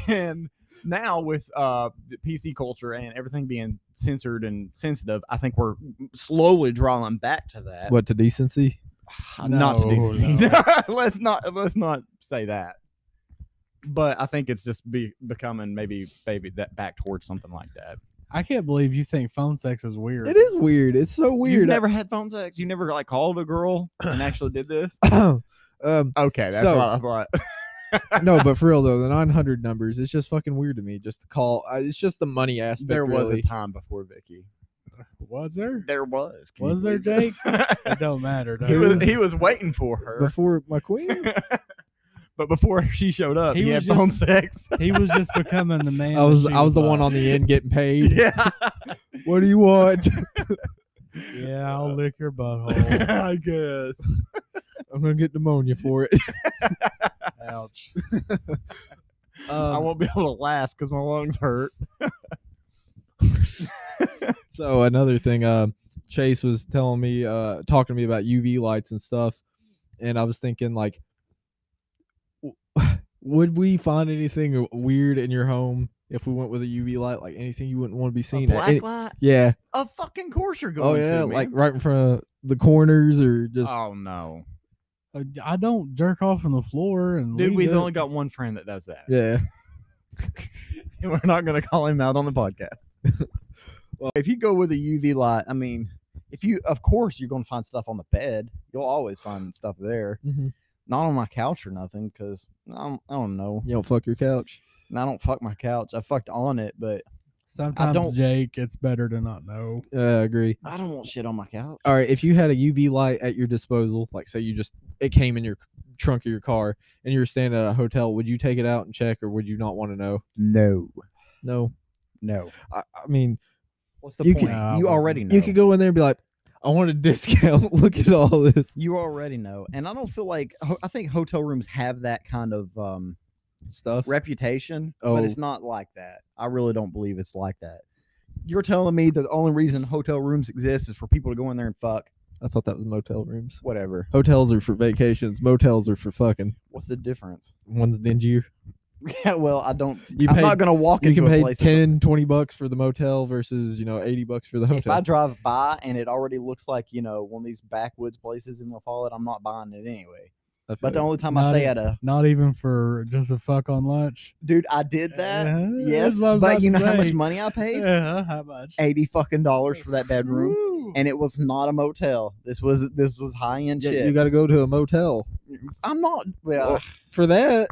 E: And now with uh the PC culture and everything being censored and sensitive, I think we're slowly drawing back to that.
D: What to decency?
E: not to
F: No,
E: do.
F: no.
E: let's not let's not say that. But I think it's just be becoming maybe maybe that back towards something like that.
F: I can't believe you think phone sex is weird.
D: It is weird. It's so
E: You've
D: weird. uh
E: never had phone sex. You never like called a girl and actually did this.
D: um,
E: Okay, that's
D: So-
E: what I thought.
D: no, but for real though, the 900 numbers, it's just fucking weird to me. Just to call, uh, it's just the money aspect.
E: there was
D: really.
E: a time Um, before Vicky.
F: Was there?
E: There was.
F: Can you Was there, believe It don't matter.
E: he
F: Does
E: was
F: it?
E: he was waiting for her,
D: before my queen.
E: but before she showed up,
F: He
E: he, had
F: was just-
E: phone sex.
F: He was just becoming the man.
D: I was I was the one on the end getting paid.
E: yeah,
D: What do you want?
F: Yeah, I'll lick your butthole.
E: I guess.
D: I'm gonna get pneumonia for it.
F: Ouch.
E: I
D: Um,
E: won't be able to laugh because my lungs hurt.
D: so another thing, uh, Chase was telling me, uh, talking to me about UV lights and stuff, and I was thinking like, w- would we find anything w- weird in your home if we went with a UV light, like anything you wouldn't want to be
E: A
D: seen? at?
E: black
D: Any-
E: light?
D: yeah.
E: Of fucking course you're
D: Oh
E: going
D: yeah,
E: to. man.
D: like right in front of the corners or just.
E: oh no,
F: Uh, I don't jerk off on the floor and
E: dude,
F: leave
E: we've
F: it.
E: only got one friend that does that,
D: yeah.
E: and we're not gonna call him out on the podcast. well, if you go with a UV light, I mean, if you, of course, you're going to find stuff on the bed. You'll always find stuff there.
D: Mhm.
E: Not on my couch or nothing, because I don't, I don't know.
D: You don't fuck your couch.
E: And I don't fuck my couch. I fucked on it, but
F: Sometimes,
E: don't-
F: Jake, it's better to not know.
D: Uh, I agree.
E: I don't want shit on my couch.
D: all right, if you had a UV light at your disposal, like say you just it came in your trunk of your car and you were staying at a hotel, would you take it out and check, or would you not want to know?
E: No,
D: No,
E: no.
D: I, I mean
E: What's the
D: You
E: point?
D: could-
F: Nah, I
E: you
F: wouldn't.
E: already know.
D: you could go in there and be like, I want a discount. Look at all this.
E: You already know, and I don't feel like ho- I think hotel rooms have that kind of um,
D: Stuff.
E: reputation, but it's
D: Oh.
E: not like that. I really don't believe it's like that. You're telling me that the only reason hotel rooms exist is for people to go in there and fuck,
D: I thought that was motel rooms.
E: whatever.
D: Hotels are for vacations. Motels are for fucking.
E: What's the difference?
D: One's dingy.
E: Yeah, well, I don't.
D: You
E: I'm
D: pay-
E: not gonna walk
D: You
E: into
D: can
E: a
D: pay
E: place. that's-
D: 10, 20 bucks for the motel versus you know eighty bucks for the
E: If I
D: hotel.
E: drive by and it already looks like you know one of these backwoods places in La Follette, I'm not buying it anyway.
D: I feel
E: But the
D: you.
E: only time I
F: Not
E: stay
F: it.
E: at a
F: Not even for just a fuck on lunch.
E: dude, I did that.
F: Uh, that's
E: yes,
F: what I was
E: but
F: about
E: you
F: to
E: know how much
F: say.
E: money I paid?
F: Yeah, how much?
E: Eighty fucking dollars for that bedroom,
F: Woo.
E: and it was not a motel. This was this was high end
D: Yeah,
E: shit.
D: you got to go to a motel
E: I'm not. Well,
D: Well, for that.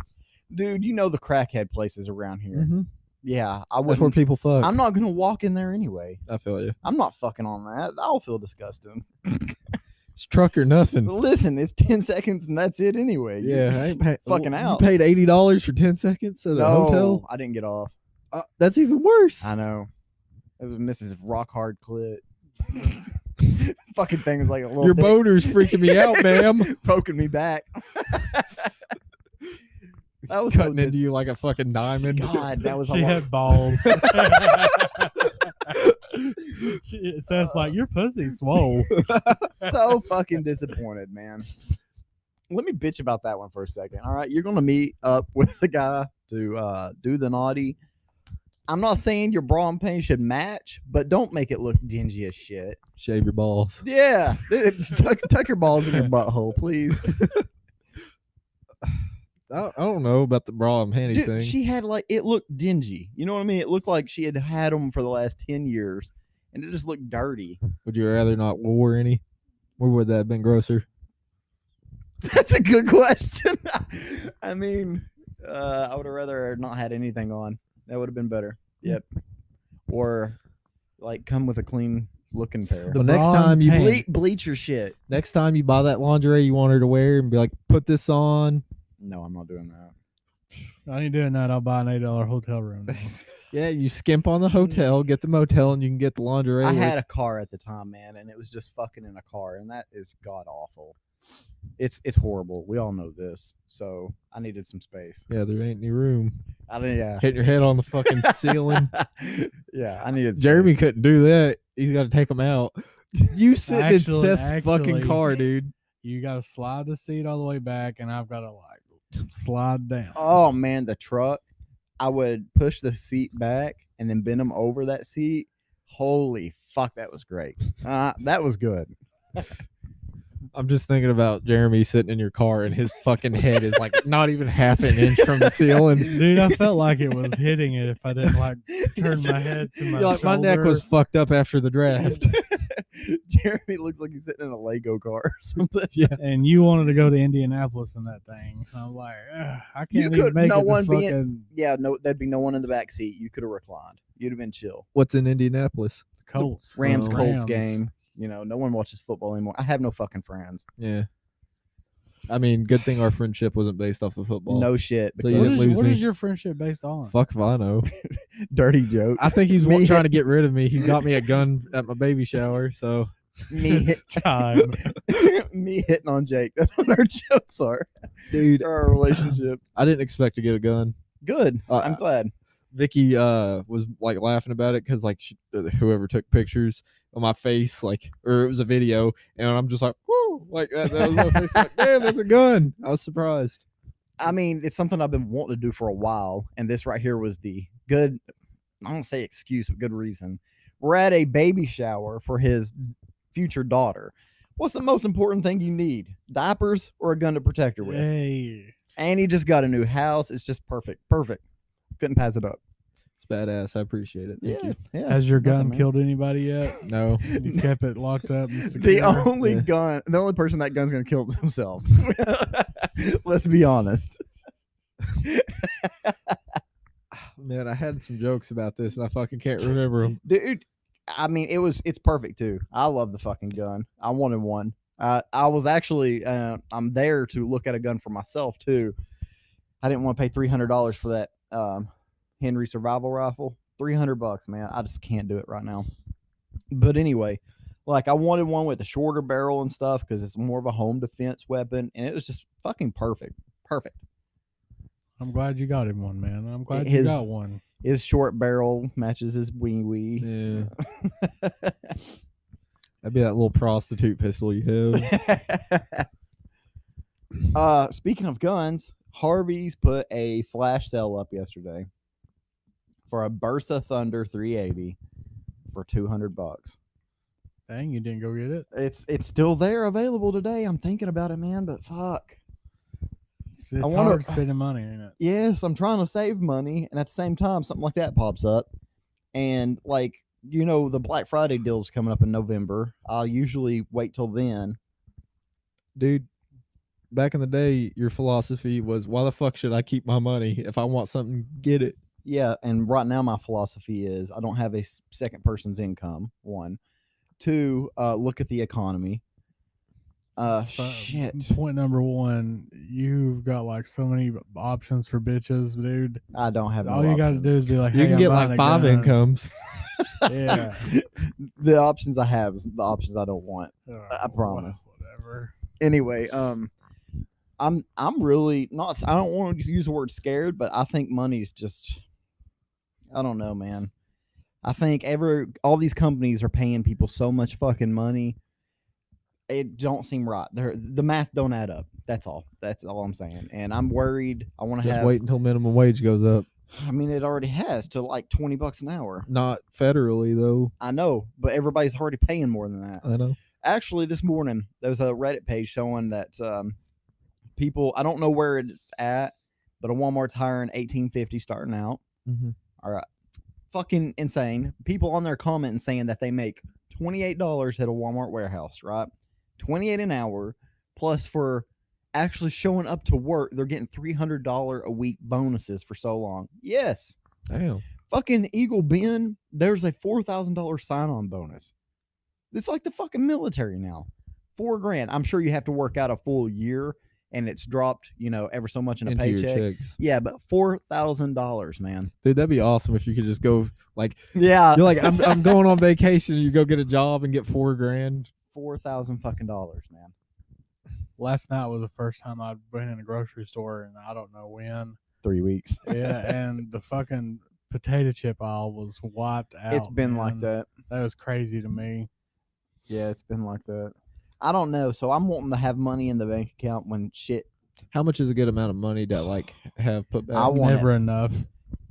E: dude, you know the crackhead places around here.
D: Mhm.
E: Yeah, I
D: That's where
E: wouldn't.
D: people fuck.
E: I'm not gonna walk in there anyway.
D: I feel you.
E: I'm not fucking on that. I'll feel disgusting.
D: It's truck or nothing.
E: But listen, it's ten seconds and that's it anyway. You-
D: Yeah, I ain't pay-
E: fucking
D: you
E: out.
D: paid eighty dollars for ten seconds at a
E: No,
D: hotel.
E: I didn't get off.
D: Uh, that's even worse.
E: I know. It was Mrs. Rock Hard Clit. fucking thing is like a little.
D: Your
E: dick
D: boner's freaking me out, ma'am.
E: poking me back. that was so
D: Cutting into you like a
E: dis-
D: fucking diamond.
E: God, that was a
F: she
E: lot.
F: had balls. she, it sounds like your pussy swole.
E: so fucking disappointed, man. Let me bitch about that one for a second. All right, you're gonna meet up with the guy to uh, do the naughty. I'm not saying your bra and panties should match, but don't make it look dingy as shit.
D: Shave your balls.
E: Yeah, tuck, tuck your balls in your butthole, please.
D: I, I don't know about the bra and panty thing.
E: Dude, she had like it looked dingy. You know what I mean? It looked like she had had them for the last ten years, and it just looked dirty.
D: Would you rather not wear any? Or would that have been grosser?
E: That's a good question. I mean, uh, I would have rather not had anything on. That would have been better.
D: Mm.
E: Yep. Or like come with a clean looking pair.
D: The next time you
E: Ble- bleach your shit.
D: Next time you buy that lingerie you want her to wear and be like, put this on.
E: No, I'm not doing that.
F: I ain't doing that. I'll buy an eight dollar hotel room. now.
D: Yeah, you skimp on the hotel, get the motel, and you can get the lingerie.
E: Mm. I
D: with-
E: had a car at the time, man, and it was just fucking in a car, and that is god awful. It's it's horrible. We all know this. So I needed some space.
D: yeah, there ain't any room.
E: I didn't. Yeah.
D: Hitting your head on the fucking ceiling.
E: yeah, I needed.
D: Jeremy
E: space.
D: couldn't do that. He's got to take him out. You sitting
F: Actually-
D: in Seth's fucking
F: actually-
D: car, dude.
F: You got to slide the seat all the way back, and I've got to like slide down.
E: Oh man, the truck. I would push the seat back and then bend them over that seat. Holy fuck, that was great. Uh, that was good.
D: I'm just thinking about Jeremy sitting in your car and his fucking head is like not even half an inch from the ceiling.
F: dude, I felt like it was hitting it if I didn't like turn my head to my
D: You're like, my neck was
F: shoulder."
D: fucked up after the draft.
E: Jeremy looks like he's sitting in a Lego car or something.
F: and you wanted to go to Indianapolis in that thing. So I'm like, "Ugh, I can't even
E: could-
F: make
E: no
F: it to
E: one being-
F: fucking
E: Yeah, no, there'd be no one in the back seat. You could have reclined. You'd have been chill.
D: What's in Indianapolis?
F: Colts.
E: Rams
D: Oh.
E: Colts
F: Rams.
E: game. You know, no one watches football anymore. I have no fucking friends.
D: Yeah. I mean, good thing our friendship wasn't based off of football.
E: no shit.
D: so you
F: What
E: because
D: didn't
F: is,
D: lose
F: what
D: me.
F: is your friendship based on?
D: Fuck if I know.
E: dirty joke.
D: I think he's wa-
E: Me-
D: trying to get rid of me. He got me a gun at my baby shower, so
E: me, hit,
F: time.
E: me hitting on Jake. That's what our jokes are.
D: dude,
E: Our relationship.
D: I didn't expect to get a gun.
E: Good.
D: Uh,
E: I'm glad.
D: Vicky uh was like laughing about it because like she, uh, whoever took pictures of my face like or it was a video and I'm just like whoo like that, that was my face like damn that's a gun I was surprised
E: I mean, it's something I've been wanting to do for a while, and this right here was the good. I don't say excuse, but good reason. We're at a baby shower for his future daughter. What's the most important thing you need? Diapers or a gun to protect her with?
F: hey,
E: And he just got a new house. It's just perfect. Perfect. Couldn't pass it up.
D: badass. I appreciate it. Thank
E: yeah,
D: you.
E: yeah.
F: Has your
E: nothing,
F: gun
E: man.
F: killed anybody yet?
D: No.
F: You kept it locked up and
E: The
F: secure.
E: only
D: Yeah.
E: gun, the only person that gun's gonna kill is himself. Let's be honest.
D: Man, I had some jokes about this and I fucking can't remember them.
E: dude. I mean, it was it's perfect too. I love the fucking gun. I wanted one. Uh, I was actually uh, I'm there to look at a gun for myself too. I didn't want to pay three hundred dollars for that um, Henry survival rifle. Three hundred bucks, man. I just can't do it right now. But anyway, like I wanted one with a shorter barrel and stuff because it's more of a home defense weapon, and it was just fucking perfect. Perfect.
F: I'm glad you got him one, man. I'm glad you
E: His-
F: got one.
E: His short barrel matches his wee wee.
D: Yeah. That'd be that little prostitute pistol you have.
E: uh, speaking of guns, Harvey's put a flash sale up yesterday for a Bursa Thunder 380 for 200 bucks.
F: Dang, you didn't go get it.
E: It's it's still there available today. I'm thinking about it, man, but fuck.
F: It's, it's
E: wonder-
F: hard spending money, ain't it?
E: yes, I'm trying to save money, and at the same time, something like that pops up, and like you know, the Black Friday deal's coming up in November. I'll usually wait till then.
D: Dude, back in the day, your philosophy was why the fuck should I keep my money? If I want something, get it.
E: Yeah, and right now my philosophy is I don't have a s- second person's income. One, two, uh, look at the economy. Uh,
F: Fi-
E: shit.
F: Point number one, you've got like so many options for bitches, dude.
E: I don't have.
F: All
E: no
F: you got to do
E: options.
F: is be like,
D: you
F: "Hey,
D: can
F: I'm
D: get
F: buying
D: like
F: a
D: five
F: gun."
D: incomes.
F: Yeah,
E: the options I have is the options I don't want.
F: Oh,
E: promise.
F: Whatever.
E: anyway, um, I'm I'm really not. I don't want to use the word scared, but I think money's just. I don't know, man. I think every all these companies are paying people so much fucking money. It don't seem right. They're, the math don't add up. That's all. That's all I'm saying. And I'm worried. I want to
D: Just
E: have.
D: wait until minimum wage goes up.
E: I mean, it already has to like twenty bucks an hour.
D: Not federally though.
E: I know, but everybody's already paying more than that
D: I know.
E: actually this morning there was a reddit page showing that um, people i don't know where it's at but a walmart's hiring 1850 starting out uh,
D: Mm-hmm.
E: fucking insane people on there commenting saying that they make $28 at a walmart warehouse right 28 an hour plus for actually showing up to work they're getting $300 a week bonuses for so long yes
D: Damn.
E: fucking eagle bend there's a $4000 sign-on bonus it's like the fucking military now. Four grand. I'm sure you have to work out a full year and it's dropped, you know, ever so much in a
D: Into your
E: paycheck.
D: chicks.
E: Yeah, but four thousand dollars, man.
D: Dude, that'd be awesome if you could just go like
E: Yeah.
D: you're like, I'm I'm going on vacation, you go get a job and get four grand.
E: four thousand fucking dollars, man.
F: Last night was the first time I'd been in a grocery store, and I don't know when.
E: Three weeks.
F: Yeah, and the fucking potato chip aisle was wiped out.
E: it's been like
F: man.
E: that.
F: That was crazy to me.
E: Yeah, it's been like that. I don't know. So I'm wanting to have money in the bank account when shit
D: How much is a good amount of money to like have put back?
E: I want
F: Never enough.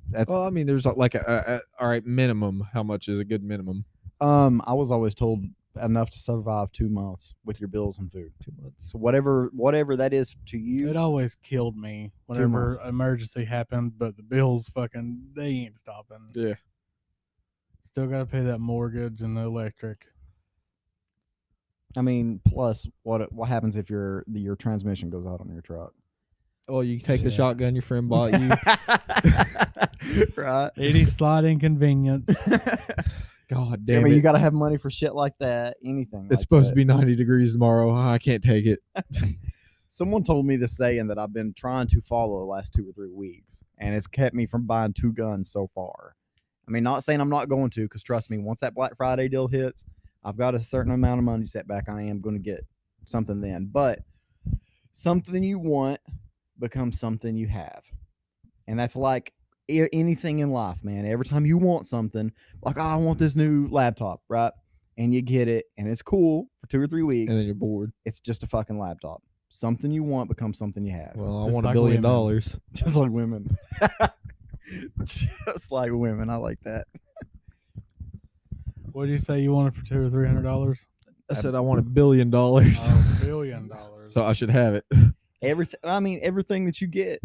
E: that's
D: Well, I mean, there's uh, like a, a, a all right minimum. How much is a good minimum?
E: um I was always told enough to survive two months with your bills and food.
D: Two months.
E: So whatever whatever that is to you.
F: It always killed me whenever emergency happened, but the bills fucking they ain't stopping.
D: Yeah.
F: Still gotta pay that mortgage and the electric.
E: I mean, plus what what happens if your your transmission goes out on your truck?
D: Well, you take the
F: Yeah.
D: shotgun your friend bought you.
E: right.
F: Any slight inconvenience.
D: God
E: I
D: damn
E: mean,
D: it!
E: you got to have money for shit like that. Anything.
D: it's supposed to be 90 degrees tomorrow. Ah, I can't take it.
E: Someone told me the saying that I've been trying to follow the last two or three weeks, and it's kept me from buying two guns so far. I mean, not saying I'm not going to, because trust me, once that Black Friday deal hits, I've got a certain amount of money set back. I am going to get something then, but something you want becomes something you have, and that's like a- anything in life, man. Every time you want something, like "Oh, I want this new laptop, right? And you get it, and it's cool for two or three weeks
D: And then you're bored.
E: it's just a fucking laptop. Something you want becomes something you have.
D: Well, I
F: Just
D: want a
F: like
D: billion
F: women.
D: dollars.
E: just like women. just like women. I like that.
F: what do you say you wanted for two or three hundred dollars?
D: I
E: I-
D: said I want a billion dollars,
F: A billion dollars.
D: so I should have it.
E: Everything I mean, everything that you get,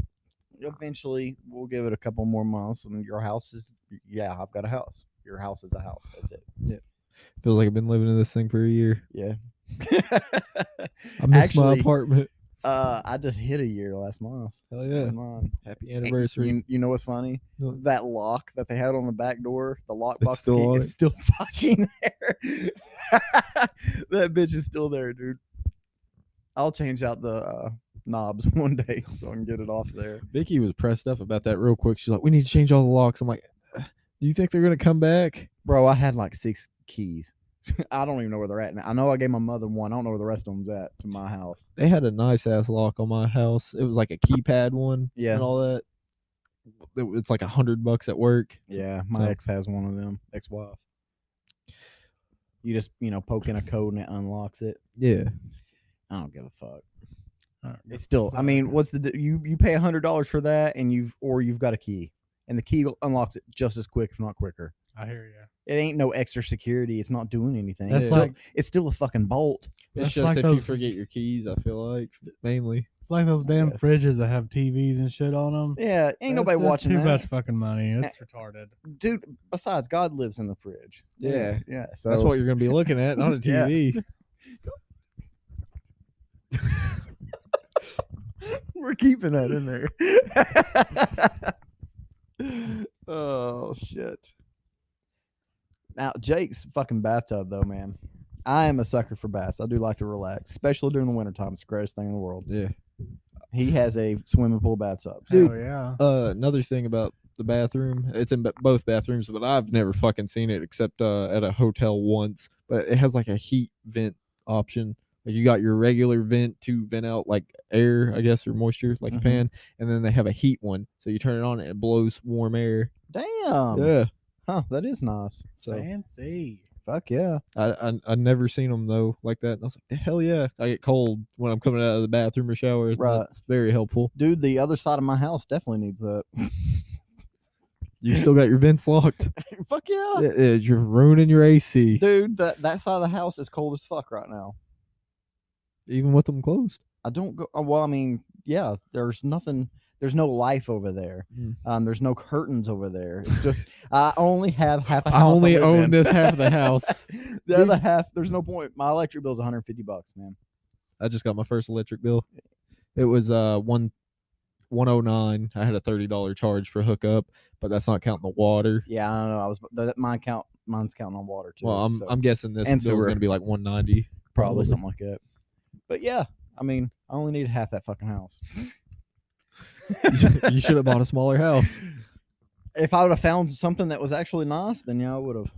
E: eventually we'll give it a couple more months and your house is yeah, I've got a house. Your house is a house. That's it.
D: Feels like I've been living in this thing for a year.
E: Yeah.
D: I miss my
E: Actually-
D: apartment.
E: uh, I just hit a year last month.
D: Hell yeah!
E: Come on.
D: Happy
E: And
D: anniversary.
E: You, you know what's funny?
D: No.
E: That lock that they had on the back door, the lock
D: It's
E: box
D: still
E: key,
D: on
E: it's
D: it?
E: still fucking there. that bitch is still there, dude. I'll change out the uh, knobs one day so I can get it off there.
D: Vicky was pressed up about that real quick. She's like, "We need to change all the locks." I'm like, "Do you think they're gonna come back?"
E: Bro, I had like six keys. I don't even know where they're at now. I know I gave my mother one. I don't know where the rest of them's at to my house.
D: They had a nice ass lock on my house. It was like a keypad one,
E: Yeah.
D: and all that. It- it's like a hundred bucks at work.
E: Yeah, my
D: So-
E: ex has one of them. Ex-wife. You just you know poke in a code and it unlocks it.
D: Yeah,
E: I don't give a fuck.
F: All right,
E: It's still. I mean, what's the di- you you pay a hundred dollars for that and you've or you've got a key and the key unlocks it just as quick, if not quicker.
F: I hear you.
E: It ain't no extra security. It's not doing anything.
F: That's
E: it's,
F: like
E: still, it's still a fucking bolt.
D: it's
F: That's
D: just
F: like
D: if you
F: those-
D: forget your keys. I feel like mainly.
F: it's like those
E: I
F: damn
E: guess.
F: fridges that have TVs and shit on them.
E: Yeah, ain't nobody watching
F: too
E: that, Eh.
F: much fucking money. It's retarded.
E: dude. Besides, God lives in the fridge.
D: Yeah.
E: yeah. So
D: That's what you're gonna be looking at, not a
E: Yeah.
D: TV.
E: We're keeping that in there. oh shit. Now Jake's fucking bathtub though, man. I am a sucker for baths. I do like to relax, especially during the wintertime. It's the greatest thing in the world.
D: yeah.
E: He has a swimming pool bathtub.
D: Dude.
F: Hell yeah.
D: Uh, another thing about the bathroom, it's in b- both bathrooms, but I've never fucking seen it except uh, at a hotel once. But it has like a heat vent option. Like you got your regular vent to vent out like air, I guess, or moisture, like
E: Mhm.
D: a fan, and then they have a heat one. So you turn it on and it blows warm air.
E: Damn.
D: yeah.
E: Huh, that is nice.
D: So
F: Fancy.
E: Fuck yeah.
D: I, I I never seen them though like that. And I was like, hell yeah! I get cold when I'm coming out of the bathroom or shower. and
E: Right.
D: That's very helpful.
E: Dude, the other side of my house definitely needs that.
D: You still got your vents locked.
E: Fuck yeah.
D: Yeah, yeah, you're ruining your AC,
E: Dude, that, that side of the house is cold as fuck right now.
D: even with them closed.
E: I don't go. uh, Well, I mean, yeah, there's nothing. There's no life over there.
D: Mm.
E: Um, there's no curtains over there. It's just I only have half. A
D: I
E: house
D: only
E: live
D: own
E: in.
D: this half of the house.
E: the other half, there's no point. My electric bill's 150 bucks, man.
D: I just got my first electric bill. It was uh one one oh nine. I had a thirty dollar charge for hookup, but that's not counting the water.
E: Yeah, I don't know. I was that my count. Mine's counting on water too.
D: Well, I'm
E: so
D: I'm guessing this
E: and
D: bill's
E: sewer.
D: gonna be like one ninety.
E: probably something like that. But yeah, I mean, I only need half that fucking house.
D: you should have bought a smaller house.
E: If I would have found something that was actually nice, then yeah, I would have.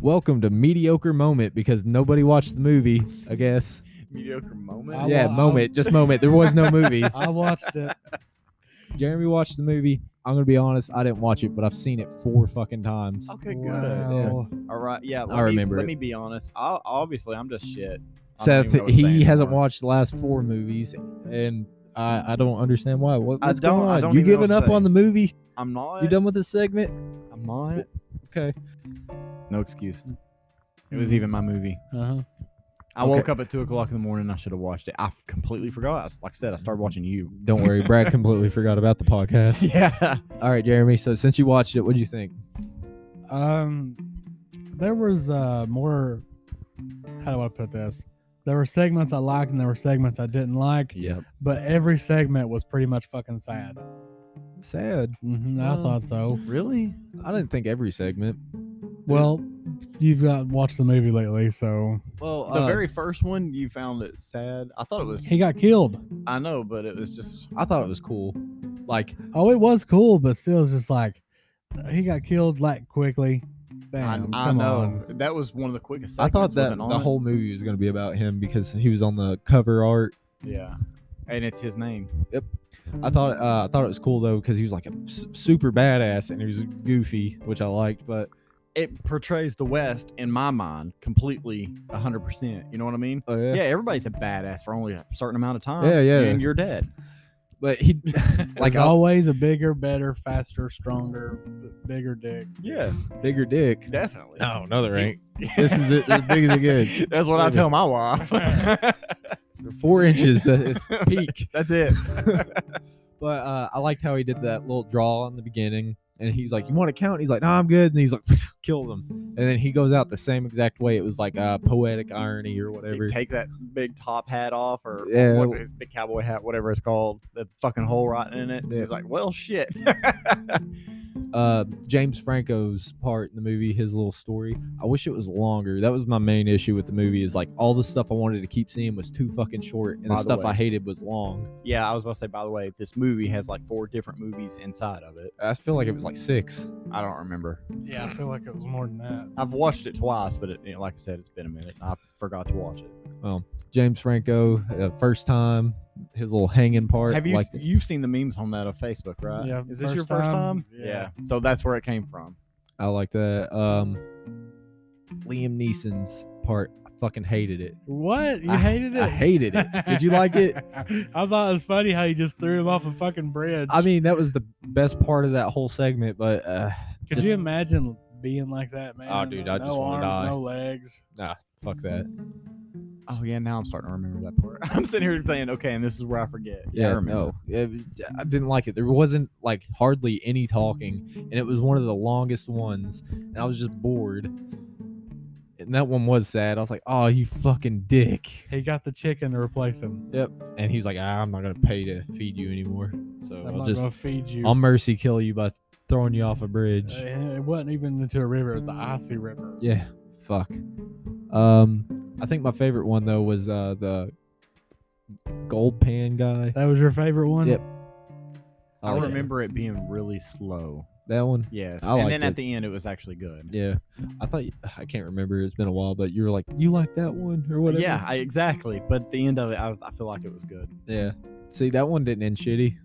D: Welcome to mediocre moment because nobody watched the movie. I guess.
E: Mediocre moment.
F: I
D: yeah,
F: wa- I-
D: moment, just moment. There was no movie.
F: I watched it.
D: Jeremy watched the movie. I'm gonna be honest. I didn't watch it, but I've seen it four fucking times.
E: Okay, good.
F: Wow.
E: All right, yeah. Let
D: I
E: me,
D: remember
E: Let
D: it.
E: me be honest. i obviously, I'm just shit. I don't
D: Seth,
E: even know what to say
D: he hasn't
E: anymore.
D: watched the last four movies, and I, I don't understand why. What,
E: I
D: what's
E: don't-
D: going
E: I
D: on?
E: don't
D: you
E: even know what
D: giving
E: to
D: up
E: say.
D: on the movie?
E: I'm not.
D: You done with this segment?
E: I'm not.
D: Okay. Hmm.
E: No excuse. It
F: Mhm.
E: was even my movie.
F: Uh-huh.
E: I
D: Okay.
E: woke up at two o'clock in the morning. I should have watched it. I f- completely forgot. I s- Like I said, I started watching you.
D: Hmm. Don't worry, Brad completely forgot about the podcast.
E: Yeah.
D: All right, Jeremy. So since you watched it, what'd you think?
F: Um, there was uh more. How do I put this? There were segments I liked and there were segments I didn't like,
D: Yep.
F: but every segment was pretty much fucking sad.
D: Sad.
F: hmm I
D: Um,
F: thought so.
E: Oh, Really?
D: I didn't think every segment.
F: Well, you've got watched the movie lately, so
E: Well, the
D: uh,
E: very first one you found it sad. I thought it was.
F: he got killed.
E: I know, but it was just.
D: I thought it was cool. Like
F: Oh, it was cool, but still, it's just like he got killed like quickly. Bam!
E: I, I
F: come
E: know
F: on.
E: that was one of the quickest.
D: I thought
E: segments,
D: that
E: wasn't
D: the
E: on it?
D: whole movie was gonna be about him because he was on the cover art.
E: Yeah. And it's his name.
D: I thought uh, I thought it was cool though because he was like a s- super badass and he was goofy, which I liked. But
E: It portrays the West in my mind completely, hundred percent. You know what I mean?
D: oh
E: Yeah. everybody's a badass for only a certain amount of time.
D: Yeah, yeah.
E: And you're dead.
D: But he
F: Like
D: like I-
F: always, a bigger, better, faster, stronger, b- bigger dick.
E: Yeah,
D: bigger dick.
E: definitely.
D: No, no, there ain't. Oh, This is it- as big as it gets.
E: That's what I
D: Bigger.
E: tell my wife.
D: Four inches. that- It's peak.
E: That's it.
D: But uh, I liked how he did that little draw in the beginning. And he's like, "You
E: Uh-huh.
D: want to count?" He's like, "No, I'm good." And he's like, "Killed him." And then he goes out the same exact way. It was like uh, poetic irony or whatever.
E: You take that big top hat off or
D: Yeah.
E: what is big cowboy hat, whatever it's called, the fucking hole right in it.
D: Yeah.
E: He's like, well, shit.
D: uh James Franco's part in the movie, his little story. I wish it was longer. That was my main issue with the movie is like all the stuff I wanted to keep seeing was too fucking short and
E: By
D: the
E: the
D: stuff
E: way-
D: I hated was long.
E: yeah, I was about to say, by the way, this movie has like four different movies inside of it.
D: I feel like it was like 6.
E: I don't remember.
F: Yeah, I feel like it was more than that.
E: I've watched it twice, but it, you know, like I said, it's been a minute. I forgot to watch it.
D: James Franco uh, first time his little hanging part
E: Have you
D: like
E: you've seen the memes on that of Facebook, right?
F: Yeah,
E: Is this
F: first
E: your first
F: time.
E: time?
F: Yeah.
E: So that's where it came from.
D: I like that um Liam Neeson's part I fucking hated it.
F: What you
D: I-
F: hated it?
D: I hated it. Did you like it?
F: I thought it was funny how you just threw him off a fucking bridge.
D: I mean, that was the best part of that whole segment, but uh
F: could
D: just- Oh,
F: you imagine being like that, man?
D: dude, I
F: no
D: just wanna die.
F: arms, no legs.
D: fuck that.
E: Oh yeah, now I'm starting to remember that part. I'm sitting here saying, okay, and this is where I forget. I
D: Yeah,
E: remember.
D: no, it, I didn't like it. There wasn't like hardly any talking, and it was one of the longest ones, and I was just bored. And that one was sad. I was like, "Oh, you fucking dick!"
F: He got the chicken to replace him.
D: And he's like, ah, "I'm not gonna pay to feed you anymore, so
F: I'm
D: I'll
F: not
D: just
F: gonna feed you.
D: I'll mercy kill you by throwing you off a bridge."
F: Uh, and it wasn't even into a river. It was an icy river.
D: Yeah, fuck. Um, I think my favorite one though was uh the gold pan guy.
F: That was your favorite one.
D: Yep.
E: I
D: like that.
E: remember it being really slow.
D: that one.
E: Yes.
D: I
E: and
D: liked
E: then
D: it.
E: at the end, it was actually good.
D: Yeah, I thought you, I can't remember. It's been a while, but you were like, you like that one or whatever.
E: Yeah, I, exactly. But at the end of it, I, I feel like it was good.
D: yeah. See, that one didn't end shitty.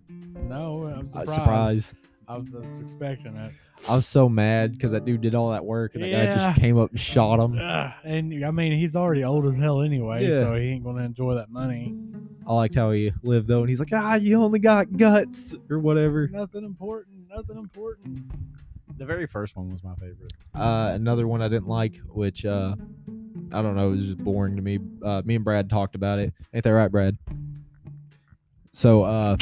F: No, I'm
D: I
E: Uh,
F: surprised.
D: was surprised.
F: I was expecting it.
D: I was so mad because that dude did all that work and that guy
F: Yeah.
D: just came up and shot him.
F: Ugh, and I mean, he's already old as hell anyway,
D: Yeah.
F: so he ain't gonna enjoy that money.
D: I liked how he lived though, and he's like, ah, you only got guts or whatever.
F: Nothing important. Nothing important.
E: The very first one was my favorite.
D: Uh, another one I didn't like, which uh, I don't know, it was just boring to me. Uh, me and Brad talked about it. Ain't that right, Brad? So, uh,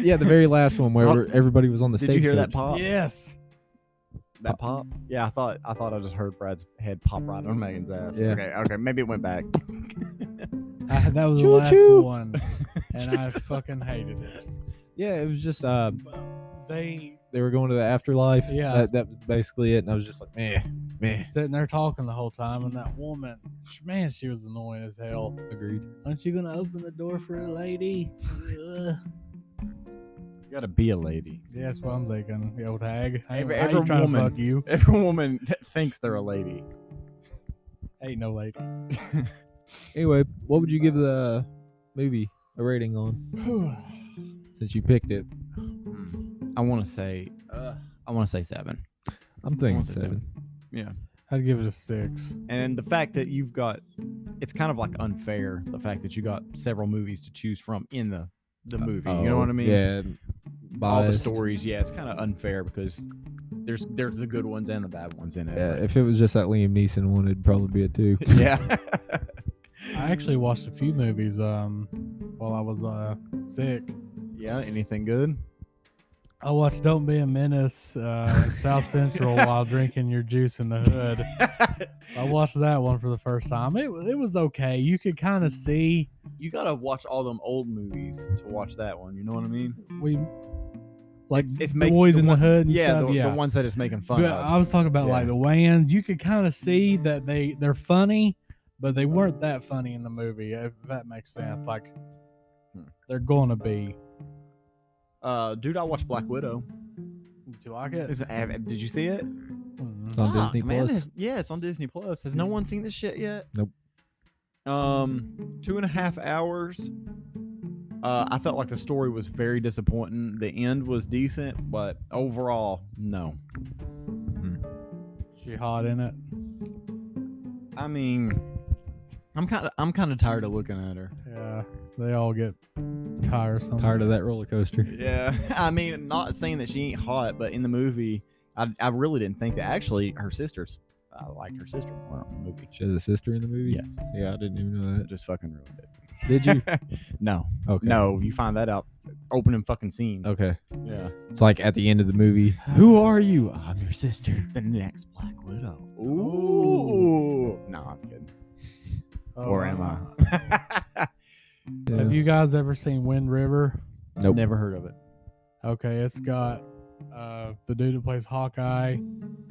D: yeah, the very last one
E: I'll-
D: where everybody was on the
E: Did
D: stage.
E: you hear that
F: Oh.
E: pop?
F: Yes.
E: That pop? Yeah, I thought I thought I just heard Brad's head pop right on Megan's ass.
D: Yeah.
E: Okay, okay, maybe it went back.
F: I, that was the last
D: Choo-choo.
F: one, and I fucking hated it.
D: Yeah, it was just uh,
F: But They
D: they were going to the afterlife.
F: Yeah.
D: that, that was basically it. And I was just like, man, man,
F: sitting there talking the whole time, and that woman, sh- man, she was annoying as hell.
D: agreed.
F: Aren't you gonna open the door for a lady? Ugh.
E: You gotta be a lady.
F: yeah, that's what I'm thinking. The old hag. I ain't,
E: Every-
F: I ain't
E: every
F: trying
E: woman.
F: to fuck you.
E: Every woman thinks they're a lady.
F: Ain't no lady.
D: Anyway, what would you give the movie a rating on since you picked it?
E: I want to say, uh, I want to say seven.
D: I'm thinking
E: Almost a
D: seven.
E: seven.
F: I'd give it a six.
E: And the fact that you've got, it's kind of like unfair. The fact that you got several movies to choose from in the the movie. you know what I
D: Oh,
E: mean?
D: Yeah.
E: all the
D: biased.
E: stories. Yeah, it's kind of unfair because there's there's the good ones and the bad ones in it.
D: Yeah, if it was just that Liam Neeson one, it'd probably be a two.
E: yeah.
F: I actually watched a few movies um while I was uh sick.
E: yeah. Anything good?
F: I watched Don't Be a Menace, uh, South Central, while drinking your juice in the hood. I watched that one for the first time. It wa- it was okay. You could kind of see
E: you gotta watch all them old movies to watch that one. You know what I mean?
F: we like
E: It's-
F: it's
E: it's
F: the
E: make-
F: boys
E: the
F: in the
E: one-
F: hood. And
E: Yeah,
F: stuff,
E: the,
F: yeah.
E: the ones that it's making fun
F: But
E: of.
F: I was talking about like
E: Yeah.
F: the Wayans. You could kind of see that they they're funny, but they weren't that funny in the movie. If that makes sense, like
E: Hmm.
F: they're going to be.
E: Uh, dude, I watched Black Widow.
F: Do you like it?
E: Is, have- did you see it?
F: Mm.
D: It's on
E: Fuck,
D: Disney
E: man,
D: Plus.
E: it's- yeah, it's on Disney Plus. Has no one seen this shit yet?
D: Nope.
E: Um, two and a half hours. Uh, I felt like the story was very disappointing. The end was decent, but overall, no.
F: She hot in it.
E: I mean, I'm kind of I'm kind of tired of looking at her.
F: Yeah, they all get tiresome.
D: Tired of that roller coaster.
E: Yeah, I mean, not saying that she ain't hot, but in the movie, I, I really didn't think that. Actually, her sister's, I liked her sister more in the movie.
D: She has a sister in the movie.
E: Yes,
D: Yeah, I didn't even know
E: it just fucking ruined it.
D: that. Did you?
E: No,
D: Okay.
E: no, you find that out opening fucking scene.
D: Okay.
E: Oh, Yeah,
D: It's like at the end of the movie. Who are you? I'm your sister.
E: the next Black Widow.
A: Ooh.
E: Ooh, no, I'm kidding.
F: Oh,
E: or am
F: wow.
E: I?
D: uh,
F: Have you guys ever seen Wind River?
D: Nope.
E: Never heard of it.
F: Okay, it's got uh, the dude that plays Hawkeye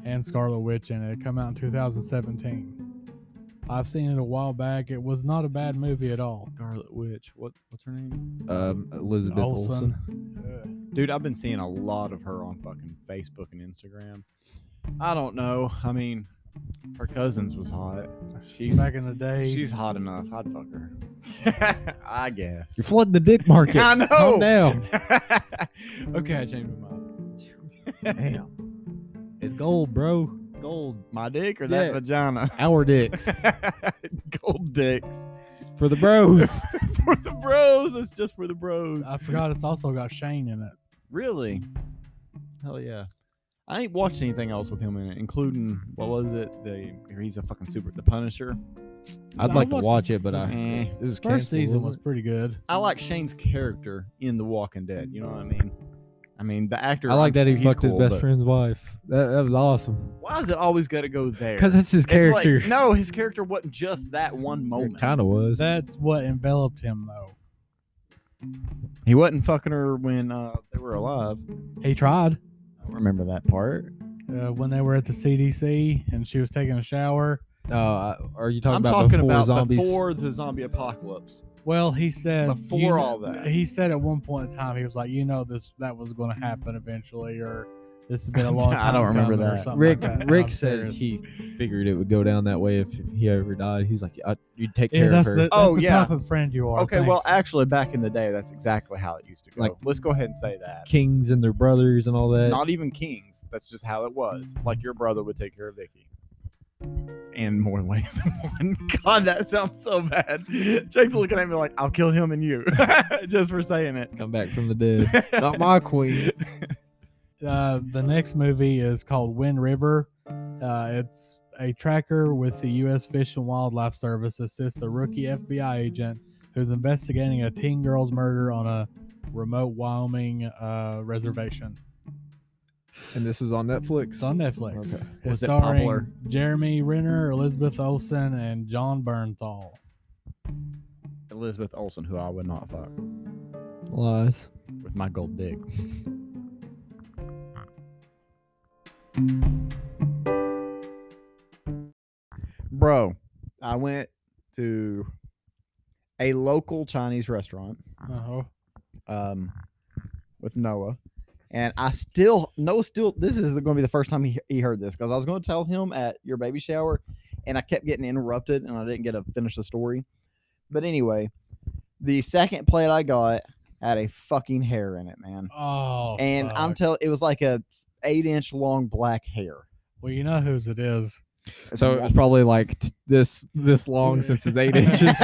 F: and Scarlet Witch in it. It come out in 2017. I've seen it a while back. It was not a bad movie at all.
E: Scarlet Witch. What? What's her name?
D: Um, Elizabeth Olsen.
F: Olsen. Ugh.
E: Dude, I've been seeing a lot of her on fucking Facebook and Instagram. I don't know. I mean, her cousins was hot. She's
F: Back in the day,
E: she's hot enough. I'd fuck her. I guess.
D: You're flooding the dick market.
E: I
D: Calm
E: know.
D: down.
E: okay, I changed my mind.
D: Damn. It's gold, bro.
E: Gold, my dick or that
D: Yeah.
E: vagina?
D: Our dicks
E: Gold dicks
D: for the bros.
E: for the bros. It's just for the bros.
D: Uh,
F: I forgot it's also got Shane in it.
E: Really? Hell yeah. I ain't watched anything else with him in it, including what was it? The or he's a fucking super the Punisher.
D: I'd
F: I
D: like to
F: watched
D: watch
F: the
D: it, but I
E: Eh.
D: it was
F: First
D: canceled,
F: season
D: wasn't
F: was
D: it?
F: pretty good.
E: I like Shane's character in The Walking Dead. You know what I mean? I mean the actor.
D: I like
E: I'm-
D: that he
E: he's
D: fucked
E: cool,
D: his best
E: but
D: friend's wife. That, that was awesome.
E: Why is it always got to go there?
D: Because that's his
E: It's like-
D: character.
E: no, his character wasn't just that one moment.
D: it kind of was.
F: That's what enveloped him, though.
E: He wasn't fucking her when uh, they were alive.
F: He tried
E: I don't remember that part.
F: uh, when they were at the CDC and she was taking a shower.
D: Uh, are you talking
E: I'm
D: about
E: talking
D: before
E: about
D: zombies? Oh,
E: before the zombie apocalypse.
F: Well, he said
E: Before
F: you kn-
E: all that.
F: he said at one point in time he was like, "You know, this that was going to happen eventually, or this has been a long
E: I
F: time."
E: don't remember
F: coming," or
E: that.
F: something
D: Rick
F: like that.
D: Rick
F: I'm
D: said
F: serious.
D: he figured it would go down that way if, if he ever died. He's like, I, you'd take
F: "Yeah,
D: care
F: that's
D: of
F: the,
D: her.
F: that's
E: Oh,
F: the
E: yeah.
F: type of friend you are."
E: Okay, well,
F: thanks.
E: actually, back in the day, that's exactly how it used to go.
D: Like-
E: let's go ahead and say that.
D: Kings and their brothers and all that.
E: Not even kings. That's just how it was. Like your brother would take care of Vicky. In more ways than one. God, that sounds so bad. Jake's looking at me like, I'll kill him and you, just for saying it.
D: Come back from the dead. Not my queen.
F: uh, the next movie is called Wind River. Uh, it's a tracker with the U.S. Fish and Wildlife Service assists a rookie FBI agent who's investigating a teen girl's murder on a remote Wyoming uh, reservation.
D: And this is on Netflix.
F: It's on Netflix.
D: Okay.
F: It's
E: Was it
F: starring
E: popular?
F: Jeremy Renner, Elizabeth Olsen, and John Bernthal.
E: Elizabeth Olsen, who I would not fuck
D: Lies.
E: with my gold dick. Bro, I went to a local Chinese restaurant.
F: Uh-huh.
E: um, with Noah, and I still Noah still this is going to be the first time he, he heard this because I was going to tell him at your baby shower, and I kept getting interrupted and I didn't get to finish the story. But anyway, the second plate I got had a fucking hair in it, man.
F: Oh,
E: And I'm
F: fuck.
E: telling it was like a eight inch long black hair.
F: well, you know whose it is.
D: So it was probably like t- this this long since it's eight inches.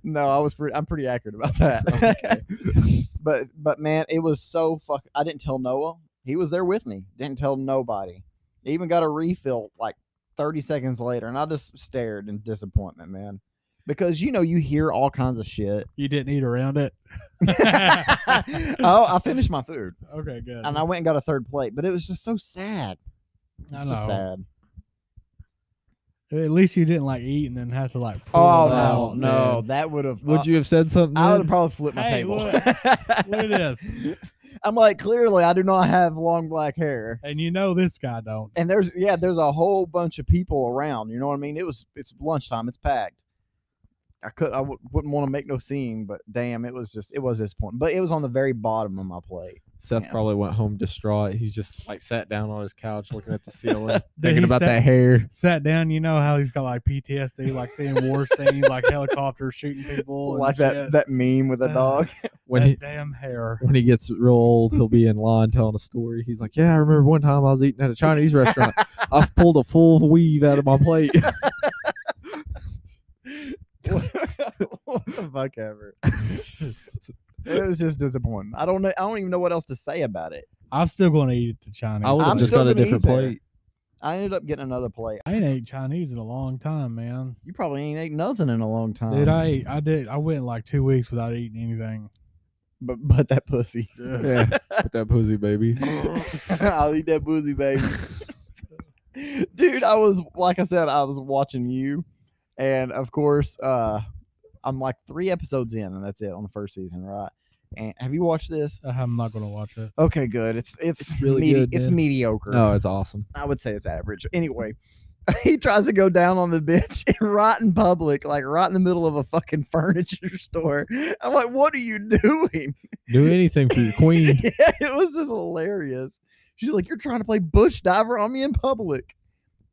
E: no, I was pretty. I'm pretty accurate about that. but but man, it was so fuck. I didn't tell Noah. He was there with me. Didn't tell nobody. Even got a refill like 30 seconds later, and I just stared in disappointment, man. Because you know you hear all kinds of shit.
F: You didn't eat around it.
E: oh, I finished my food,
F: Okay, good.
E: and I went and got a third plate, but it was just so sad.
F: I
E: It's just
F: know.
E: sad.
F: At least you didn't like eat and then have to like. pull
E: Oh
F: it
E: no,
F: out,
E: no,
F: man.
E: that would have. uh,
D: Would you have said something?
E: I would have
D: then?
E: probably flipped my
F: Hey,
E: table.
F: look. Look at this.
E: I'm like, clearly, I do not have long black hair.
F: And you know this guy don't.
E: And there's, yeah, there's a whole bunch of people around. You know what I mean? It was, it's lunchtime. It's packed. I could, I w- wouldn't want to make no scene, but damn, it was just, it was disappointing. But it was on the very bottom of my plate.
D: Seth
E: Yeah.
D: probably went home distraught. He's just like sat down on his couch looking at the ceiling,
F: Did
D: thinking
F: he
D: about
F: say-
D: that hair.
F: Sat down, you know how he's got like PTSD, like seeing war scenes, like helicopters shooting people, and
E: like that,
F: shit.
E: that meme with the
F: Ah.
E: dog.
D: When
F: That
D: he
F: damn hair.
D: when he gets real old, he'll be in line telling a story. He's like, "Yeah, I remember one time I was eating at a Chinese restaurant. I've pulled a full weave out of my plate."
E: what the fuck ever. It was just disappointing. I don't know. I don't even know what else to say about it.
F: I'm still going to eat the Chinese.
D: I would
E: I'm
D: have just
E: still
D: got a
E: gonna eat
D: different
E: there.
D: plate.
E: I ended up getting another plate.
F: I ain't ate Chinese in a long time, man.
E: You probably ain't ate nothing in a long time.
F: Dude, I ate, I did. I went like two weeks without eating anything.
E: But but that pussy.
D: Yeah, with that pussy baby.
E: I'll eat that boozy, baby. Dude, I was like I said, I was watching you, and of course, uh, I'm like three episodes in, and that's it on the first season, right? And have you watched this?
F: Uh, I'm not going to watch it.
E: Okay, good. It's it's,
D: It's really
E: medi-
D: good,
E: It's
D: man. Oh.
E: mediocre.
D: No, it's awesome.
E: I would say it's average. Anyway, he tries to go down on the bitch and right in public, like right in the middle of a fucking furniture store. I'm like, what are you doing?
D: Do anything for your queen.
E: yeah, it was just hilarious. She's like, "You're trying to play bush diver on me in public."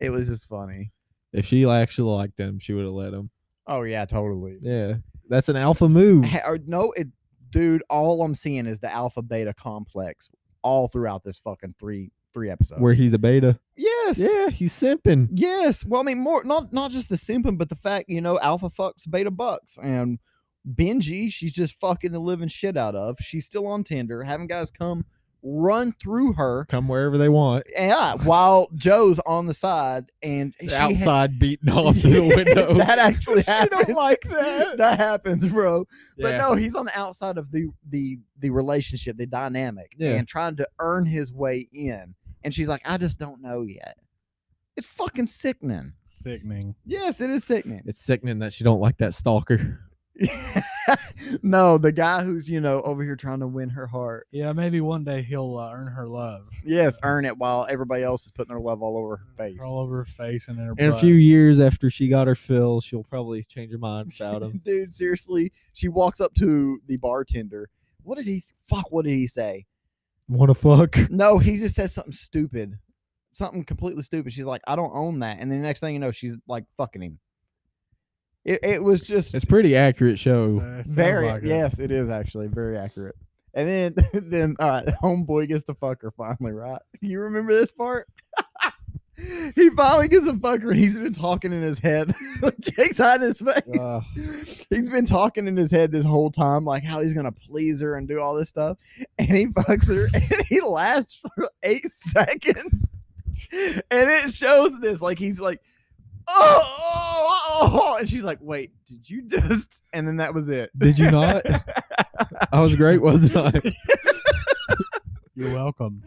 E: It was just funny.
D: if she actually liked him, she would have let him.
E: Oh yeah, totally.
D: Yeah, that's an alpha move.
E: Or, no, it, dude. All I'm seeing is the alpha beta complex all throughout this fucking three three episodes.
D: Where he's a beta.
E: yes,
D: Yeah, he's simping.
E: yes. Well, I mean, more not not just the simping, but the fact you know alpha fucks beta bucks and Benji, she's just fucking the living shit out of. She's still on Tinder, having guys come run through her
D: Come wherever they want.
E: Yeah, while Joe's on the side and she ha-
D: Outside beating off through the window.
E: that actually
D: She don't
E: happens.
D: like that.
E: That happens, bro. But
D: Yeah.
E: no, he's on the outside of the the the relationship, the dynamic,
D: Yeah.
E: and trying to earn his way in. And she's like, I just don't know yet. It's fucking sickening.
F: Sickening.
E: Yes, it is sickening.
D: It's sickening that she don't like that stalker.
E: no, the guy who's you know over here trying to win her heart.
F: Yeah, maybe one day he'll uh, earn her love.
E: Yes, earn it while everybody else is putting their love all over her face.
F: All over her face and in her
D: In a
F: butt.
D: few years after she got her fill, she'll probably change her mind about him.
E: Dude, seriously, she walks up to the bartender. What did he fuck? What did he say?
D: Wanna fuck?
E: No, he just says something stupid, something completely stupid. She's like, "I don't own that," and then the next thing you know, she's like fucking him. It, it was just
D: It's pretty accurate show.
F: Uh, it sounds
E: very
F: like it.
E: yes, it is actually very accurate. And then then all right, homeboy gets to fuck her finally, right? You remember this part? he finally gets a fucker, and he's been talking in his head. Jake's on his face
D: Uh,
E: he's been talking in his head this whole time, like how he's gonna please her and do all this stuff. And he fucks her, and he lasts for eight seconds. And it shows this, like he's like, oh, oh, oh," and she's like, wait, did you just? And then that was it.
D: did you not? I was great, wasn't I?
F: You're welcome.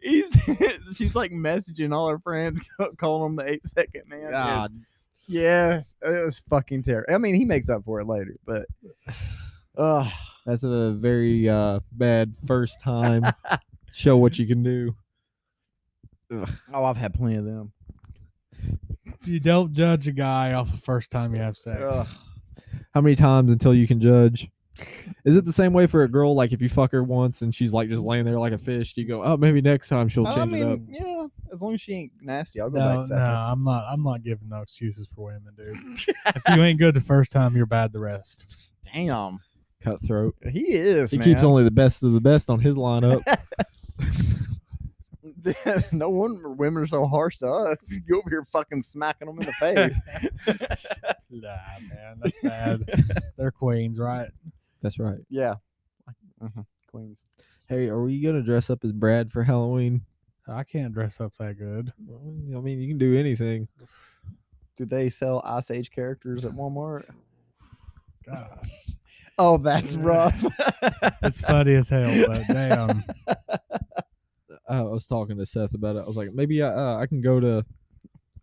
E: He's she's like messaging all her friends, calling them the eight second man.
D: God.
E: Yes, yes, it was fucking terrible. I mean, he makes up for it later, but. Ugh.
D: That's a very uh, bad first time. Show what you can do.
E: oh, I've had plenty of them.
F: You don't judge a guy off the first time you have sex.
E: Ugh.
D: How many times until you can judge? Is it the same way for a girl? Like if you fuck her once and she's like just laying there like a fish, you go, oh, maybe next time she'll
E: I
D: change
E: mean,
D: it up.
E: yeah, as long as she ain't nasty, I'll go
F: No,
E: back
F: no,
E: seconds.
F: I'm not. I'm not giving no excuses for women, dude. if you ain't good the first time, you're bad the rest.
E: Damn,
D: Cutthroat.
E: he is.
D: He
E: man.
D: keeps only the best of the best on his lineup.
E: no wonder women are so harsh to us. You over here fucking smacking them in the face.
F: Nah, man, that's bad. They're queens, right?
D: That's right.
E: yeah, Mhm, Queens.
D: Hey, are we gonna dress up as Brad for Halloween?
F: I can't dress up that good.
D: Well, I mean, you can do anything.
E: Do they sell Ice Age characters at Walmart?
F: Gosh,
E: Oh, that's rough.
F: it's funny as hell, but damn,
D: I was talking to Seth about it. I was like, maybe I, uh, I can go to,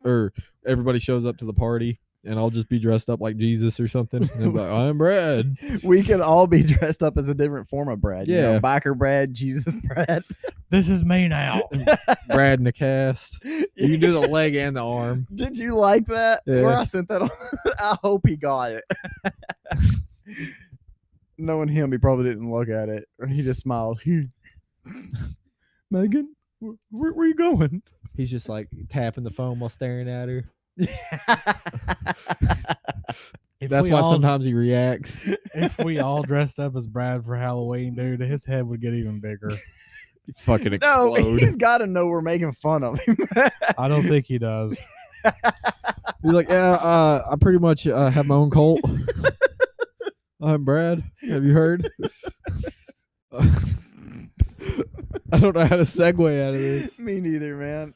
D: or everybody shows up to the party, and I'll just be dressed up like Jesus or something. And I'm like, I'm Brad.
E: we could all be dressed up as a different form of Brad. you know,
D: Yeah.
E: biker Brad, Jesus Brad.
F: this is me now.
D: Brad in the cast. You can do the leg and the arm.
E: Did you like that?
D: Yeah.
E: Where I sent that on. I hope he got it. Knowing him, he probably didn't look at it. Or he just smiled. Megan, where, where, where you going?
D: He's just like tapping the phone while staring at her.
F: If
D: That's
F: we
D: why
F: all-
D: sometimes he reacts.
F: if we all dressed up as Brad for Halloween, dude, his head would get even bigger.
D: fucking
E: no,
D: explode.
E: he's got to know we're making fun of him.
F: I don't think he does.
D: He's like, yeah, uh, I pretty much uh, have my own cult. I'm Brad. Have you heard? Uh, I don't know how to segue out of this.
E: Me neither, man.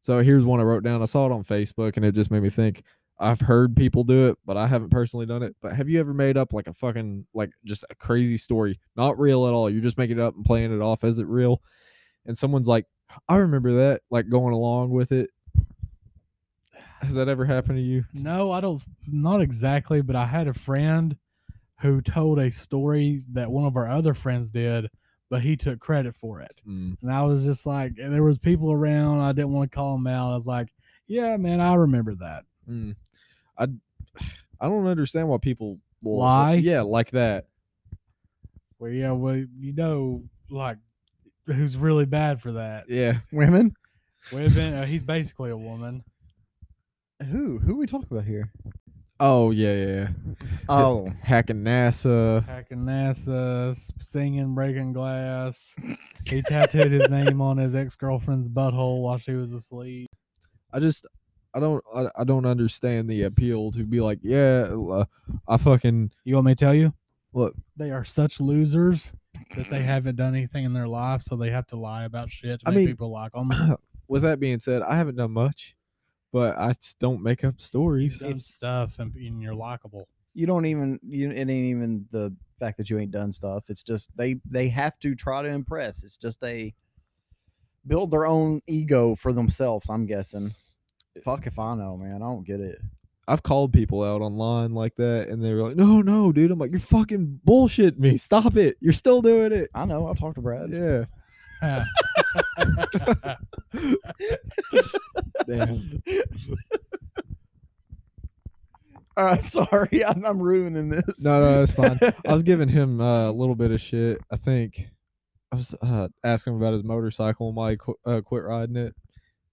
D: So here's one I wrote down. I saw it on Facebook and it just made me think. I've heard people do it, but I haven't personally done it. But have you ever made up like a fucking like just a crazy story? Not real at all. You're just making it up and playing it off as it real. And someone's like, I remember that, like going along with it. Has that ever happened to you?
F: No, I don't. Not exactly, but I had a friend who told a story that one of our other friends did, but he took credit for it.
D: Mm.
F: And I was just like, and there was people around. I didn't want to call them out. I was like, yeah, man, I remember that.
D: Mm. I I don't understand why people will-
F: Lie?
D: Yeah, like that.
F: Well, yeah, well, you know, like, who's really bad for that?
D: Yeah.
E: Women?
F: Women, uh, he's basically a woman.
E: Who? Who we talking about here?
D: Oh yeah, yeah. yeah.
E: Oh,
D: Hacking NASA.
F: Hacking NASA, s- singing Breaking Glass. He tattooed his name on his ex girlfriend's butthole while she was asleep.
D: I just I don't I, I don't understand the appeal to be like yeah uh, I fucking
F: You want me to tell you?
D: What?
F: They are such losers that they haven't done anything in their life, so they have to lie about shit to
D: I
F: make
D: mean-
F: people like "Oh them.
D: with that being said I haven't done much but I just don't make up stories
F: You've done stuff and, and you're likable.
E: you don't even you it ain't even the fact that you ain't done stuff it's just they they have to try to impress it's just they build their own ego for themselves i'm guessing
D: Eh.
E: fuck if i know man i don't get it
D: I've called people out online like that and they were like no no dude I'm like you're fucking bullshit me stop it you're still doing it
E: i know i'll talk to brad
D: yeah damn
E: all right Uh, sorry i'm, I'm ruining this
D: no no that's fine I was giving him uh, a little bit of shit I think I was uh, asking him about his motorcycle and why he qu- uh, quit riding it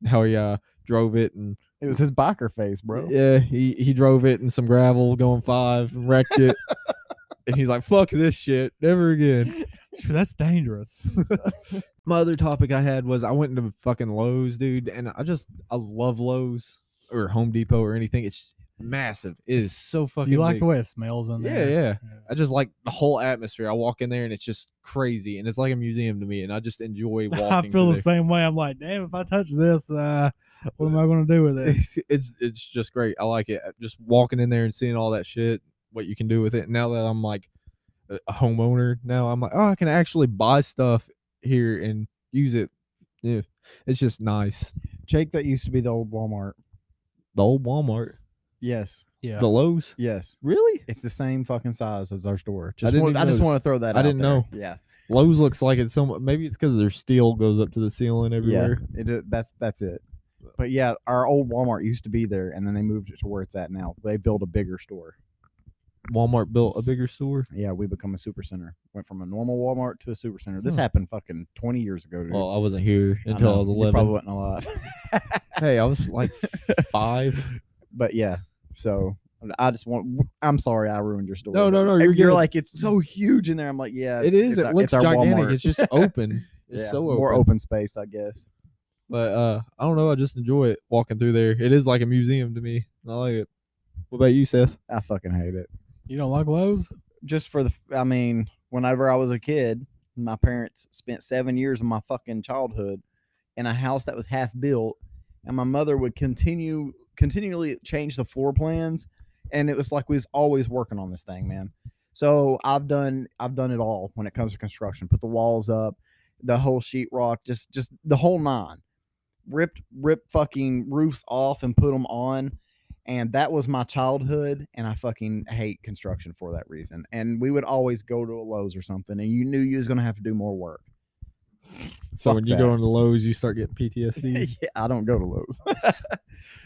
D: how he uh, drove it and
E: it was his biker face bro
D: Yeah, he he drove it in some gravel going five and wrecked it. and he's like, "Fuck this shit, never again."
F: Sure, that's dangerous.
D: My other topic I had was I went into fucking Lowe's, dude, and I just I love Lowe's or Home Depot or anything. It's massive. It is so fucking.
F: you like
D: big.
F: the way it smells in
D: Yeah,
F: there.
D: yeah. I just like the whole atmosphere. I walk in there and it's just crazy, and it's like a museum to me, and I just enjoy walking.
F: I feel
D: through
F: the same way. I'm like, damn, if I touch this, uh, what am I going to do with it?
D: it's it's- it's just great. I like it. Just walking in there and seeing all that shit, what you can do with it. Now that I'm like a a homeowner, now I'm like, oh, I can actually buy stuff here and use it. Yeah, it's just nice.
E: jake that used to be the old walmart
D: The old Walmart,
E: yes
F: Yeah.
D: the Lowe's,
E: yes
D: really?
E: it's the same fucking size as our store just
D: didn't
E: wa-
D: even
E: I just
D: notice.
E: want to throw that
D: I
E: out
D: didn't
E: there.
D: know.
E: yeah
D: Lowe's looks like it's so. mu- Maybe it's because their steel goes up to the ceiling everywhere.
E: Yeah, it, i- that's that's it. But yeah, our old Walmart used to be there, and then they moved it to where it's at now. They built a bigger store.
D: Walmart built a bigger store.
E: Yeah, we become a super center. Went from a normal Walmart to a super center. This
D: Hmm.
E: happened fucking twenty years ago. Dude.
D: Well, I wasn't here
E: I
D: until I,
E: know,
D: was
E: you
D: 11.
E: Probably wasn't alive.
D: Hey, I was like five.
E: but yeah, so I just want. I'm sorry, I ruined your story.
D: No, no,
E: but
D: no, you're
E: you're
D: good.
E: like it's so huge in there. I'm like, yeah,
D: it
E: it's-
D: is.
E: It's
D: it
E: our-
D: looks
E: it's our
D: gigantic.
E: Walmart.
D: It's just open. It's
E: yeah,
D: so open.
E: more open space, I guess.
D: But uh, I don't know. I just enjoy it walking through there. It is like a museum to me. I like it. What about you, Seth?
E: I fucking hate it.
F: You don't like Lowe's?
E: just for the i mean whenever i was a kid my parents spent seven years of my fucking childhood in a house that was half built and my mother would continue continually change the floor plans and it was like we was always working on this thing man so i've done i've done it all when it comes to construction put the walls up the whole sheetrock just just the whole nine ripped ripped fucking roofs off and put them on and that was my childhood and i fucking hate construction for that reason and we would always go to a lowes or something and you knew you was going to have to do more work
D: So
E: Fuck
D: when you go into Lowe's, you start getting PTSD.
E: yeah, i don't go to lowes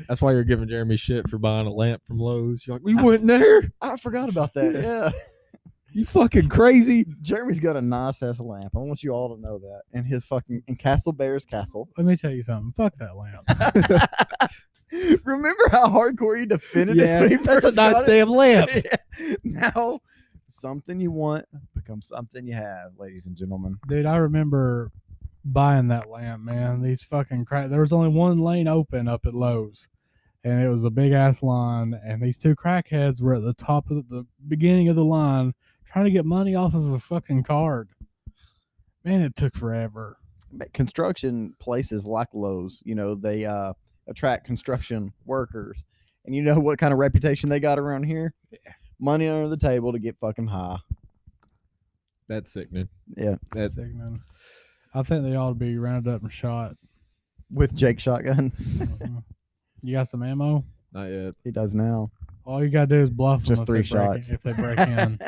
D: That's why you're giving Jeremy shit for buying a lamp from Lowe's. You're like, we went there.
E: i forgot about that yeah
D: You fucking crazy.
E: jeremy's got a nice ass lamp i want you all to know that and his fucking in castle bear's castle
F: Let me tell you something. Fuck that lamp.
E: remember how hardcore you defended it
D: yeah,
E: when he
D: that's a
E: first got
D: nice
E: it?
D: damn lamp.
E: Yeah. now something you want becomes something you have ladies and gentlemen
F: Dude, I remember buying that lamp, man. These fucking crap. There was only one lane open up at Lowe's. and it was a big ass line. And these two crackheads were at the top of the, the beginning of the line trying to get money off of a fucking card. Man, it took forever.
E: But construction places like Lowe's, you know, they uh, attract construction workers. And you know what kind of reputation they got around here? Money under the table to get fucking high.
D: That's sickening.
E: Yeah.
D: That-
F: Sick, man. I think they ought to be rounded up and shot.
E: With Jake Shotgun.
F: Mhm. you got some ammo?
D: Not yet.
E: he does now.
F: All you gotta do is bluff them
E: Just
F: if
E: three
F: they break in-
E: shots.
F: if they break in.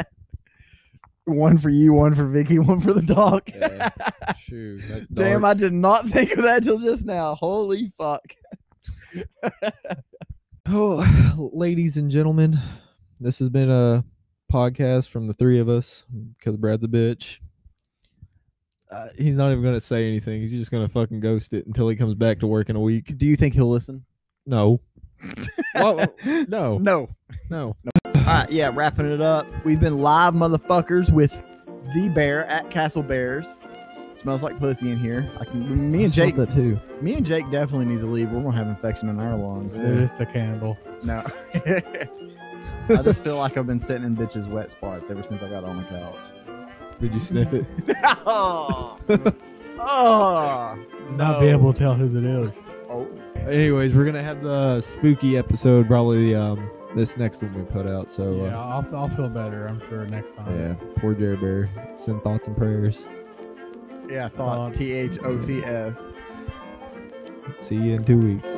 E: One for you, one for Vicky, one for the dog.
D: Yeah. Uh, Shoot. that
E: Damn,
D: dog-
E: I did not think of that till just now. Holy fuck.
D: Oh, ladies and gentlemen, this has been a podcast from the three of us because Brad's a bitch. Uh, he's not even gonna say anything. He's just gonna fucking ghost it until he comes back to work in a week.
E: Do you think he'll listen?
D: No. Why- no.
E: No.
D: No.
E: All right, yeah, wrapping it up. We've been live, motherfuckers, with the bear at Castle Bears. Smells like pussy in here. I can. Me
D: I
E: and
D: smelled
E: Jake.
D: that too.
E: Me and Jake definitely needs to leave. We're gonna have infection in our lungs.
F: Dude, it's the candle.
E: No. I just feel like I've been sitting in bitches' wet spots ever since I got on the couch.
D: Did you sniff it?
E: oh. oh.
F: Not be able to tell whose it is.
E: Oh.
D: Anyways, we're gonna have the spooky episode probably um this next one we put out. So uh,
F: yeah, I'll, I'll feel better. I'm sure next time.
D: yeah, poor Jerry Bear. Send thoughts and prayers.
E: Yeah, thoughts.
F: Thoughts.
E: T H O T S.
D: See you in two weeks.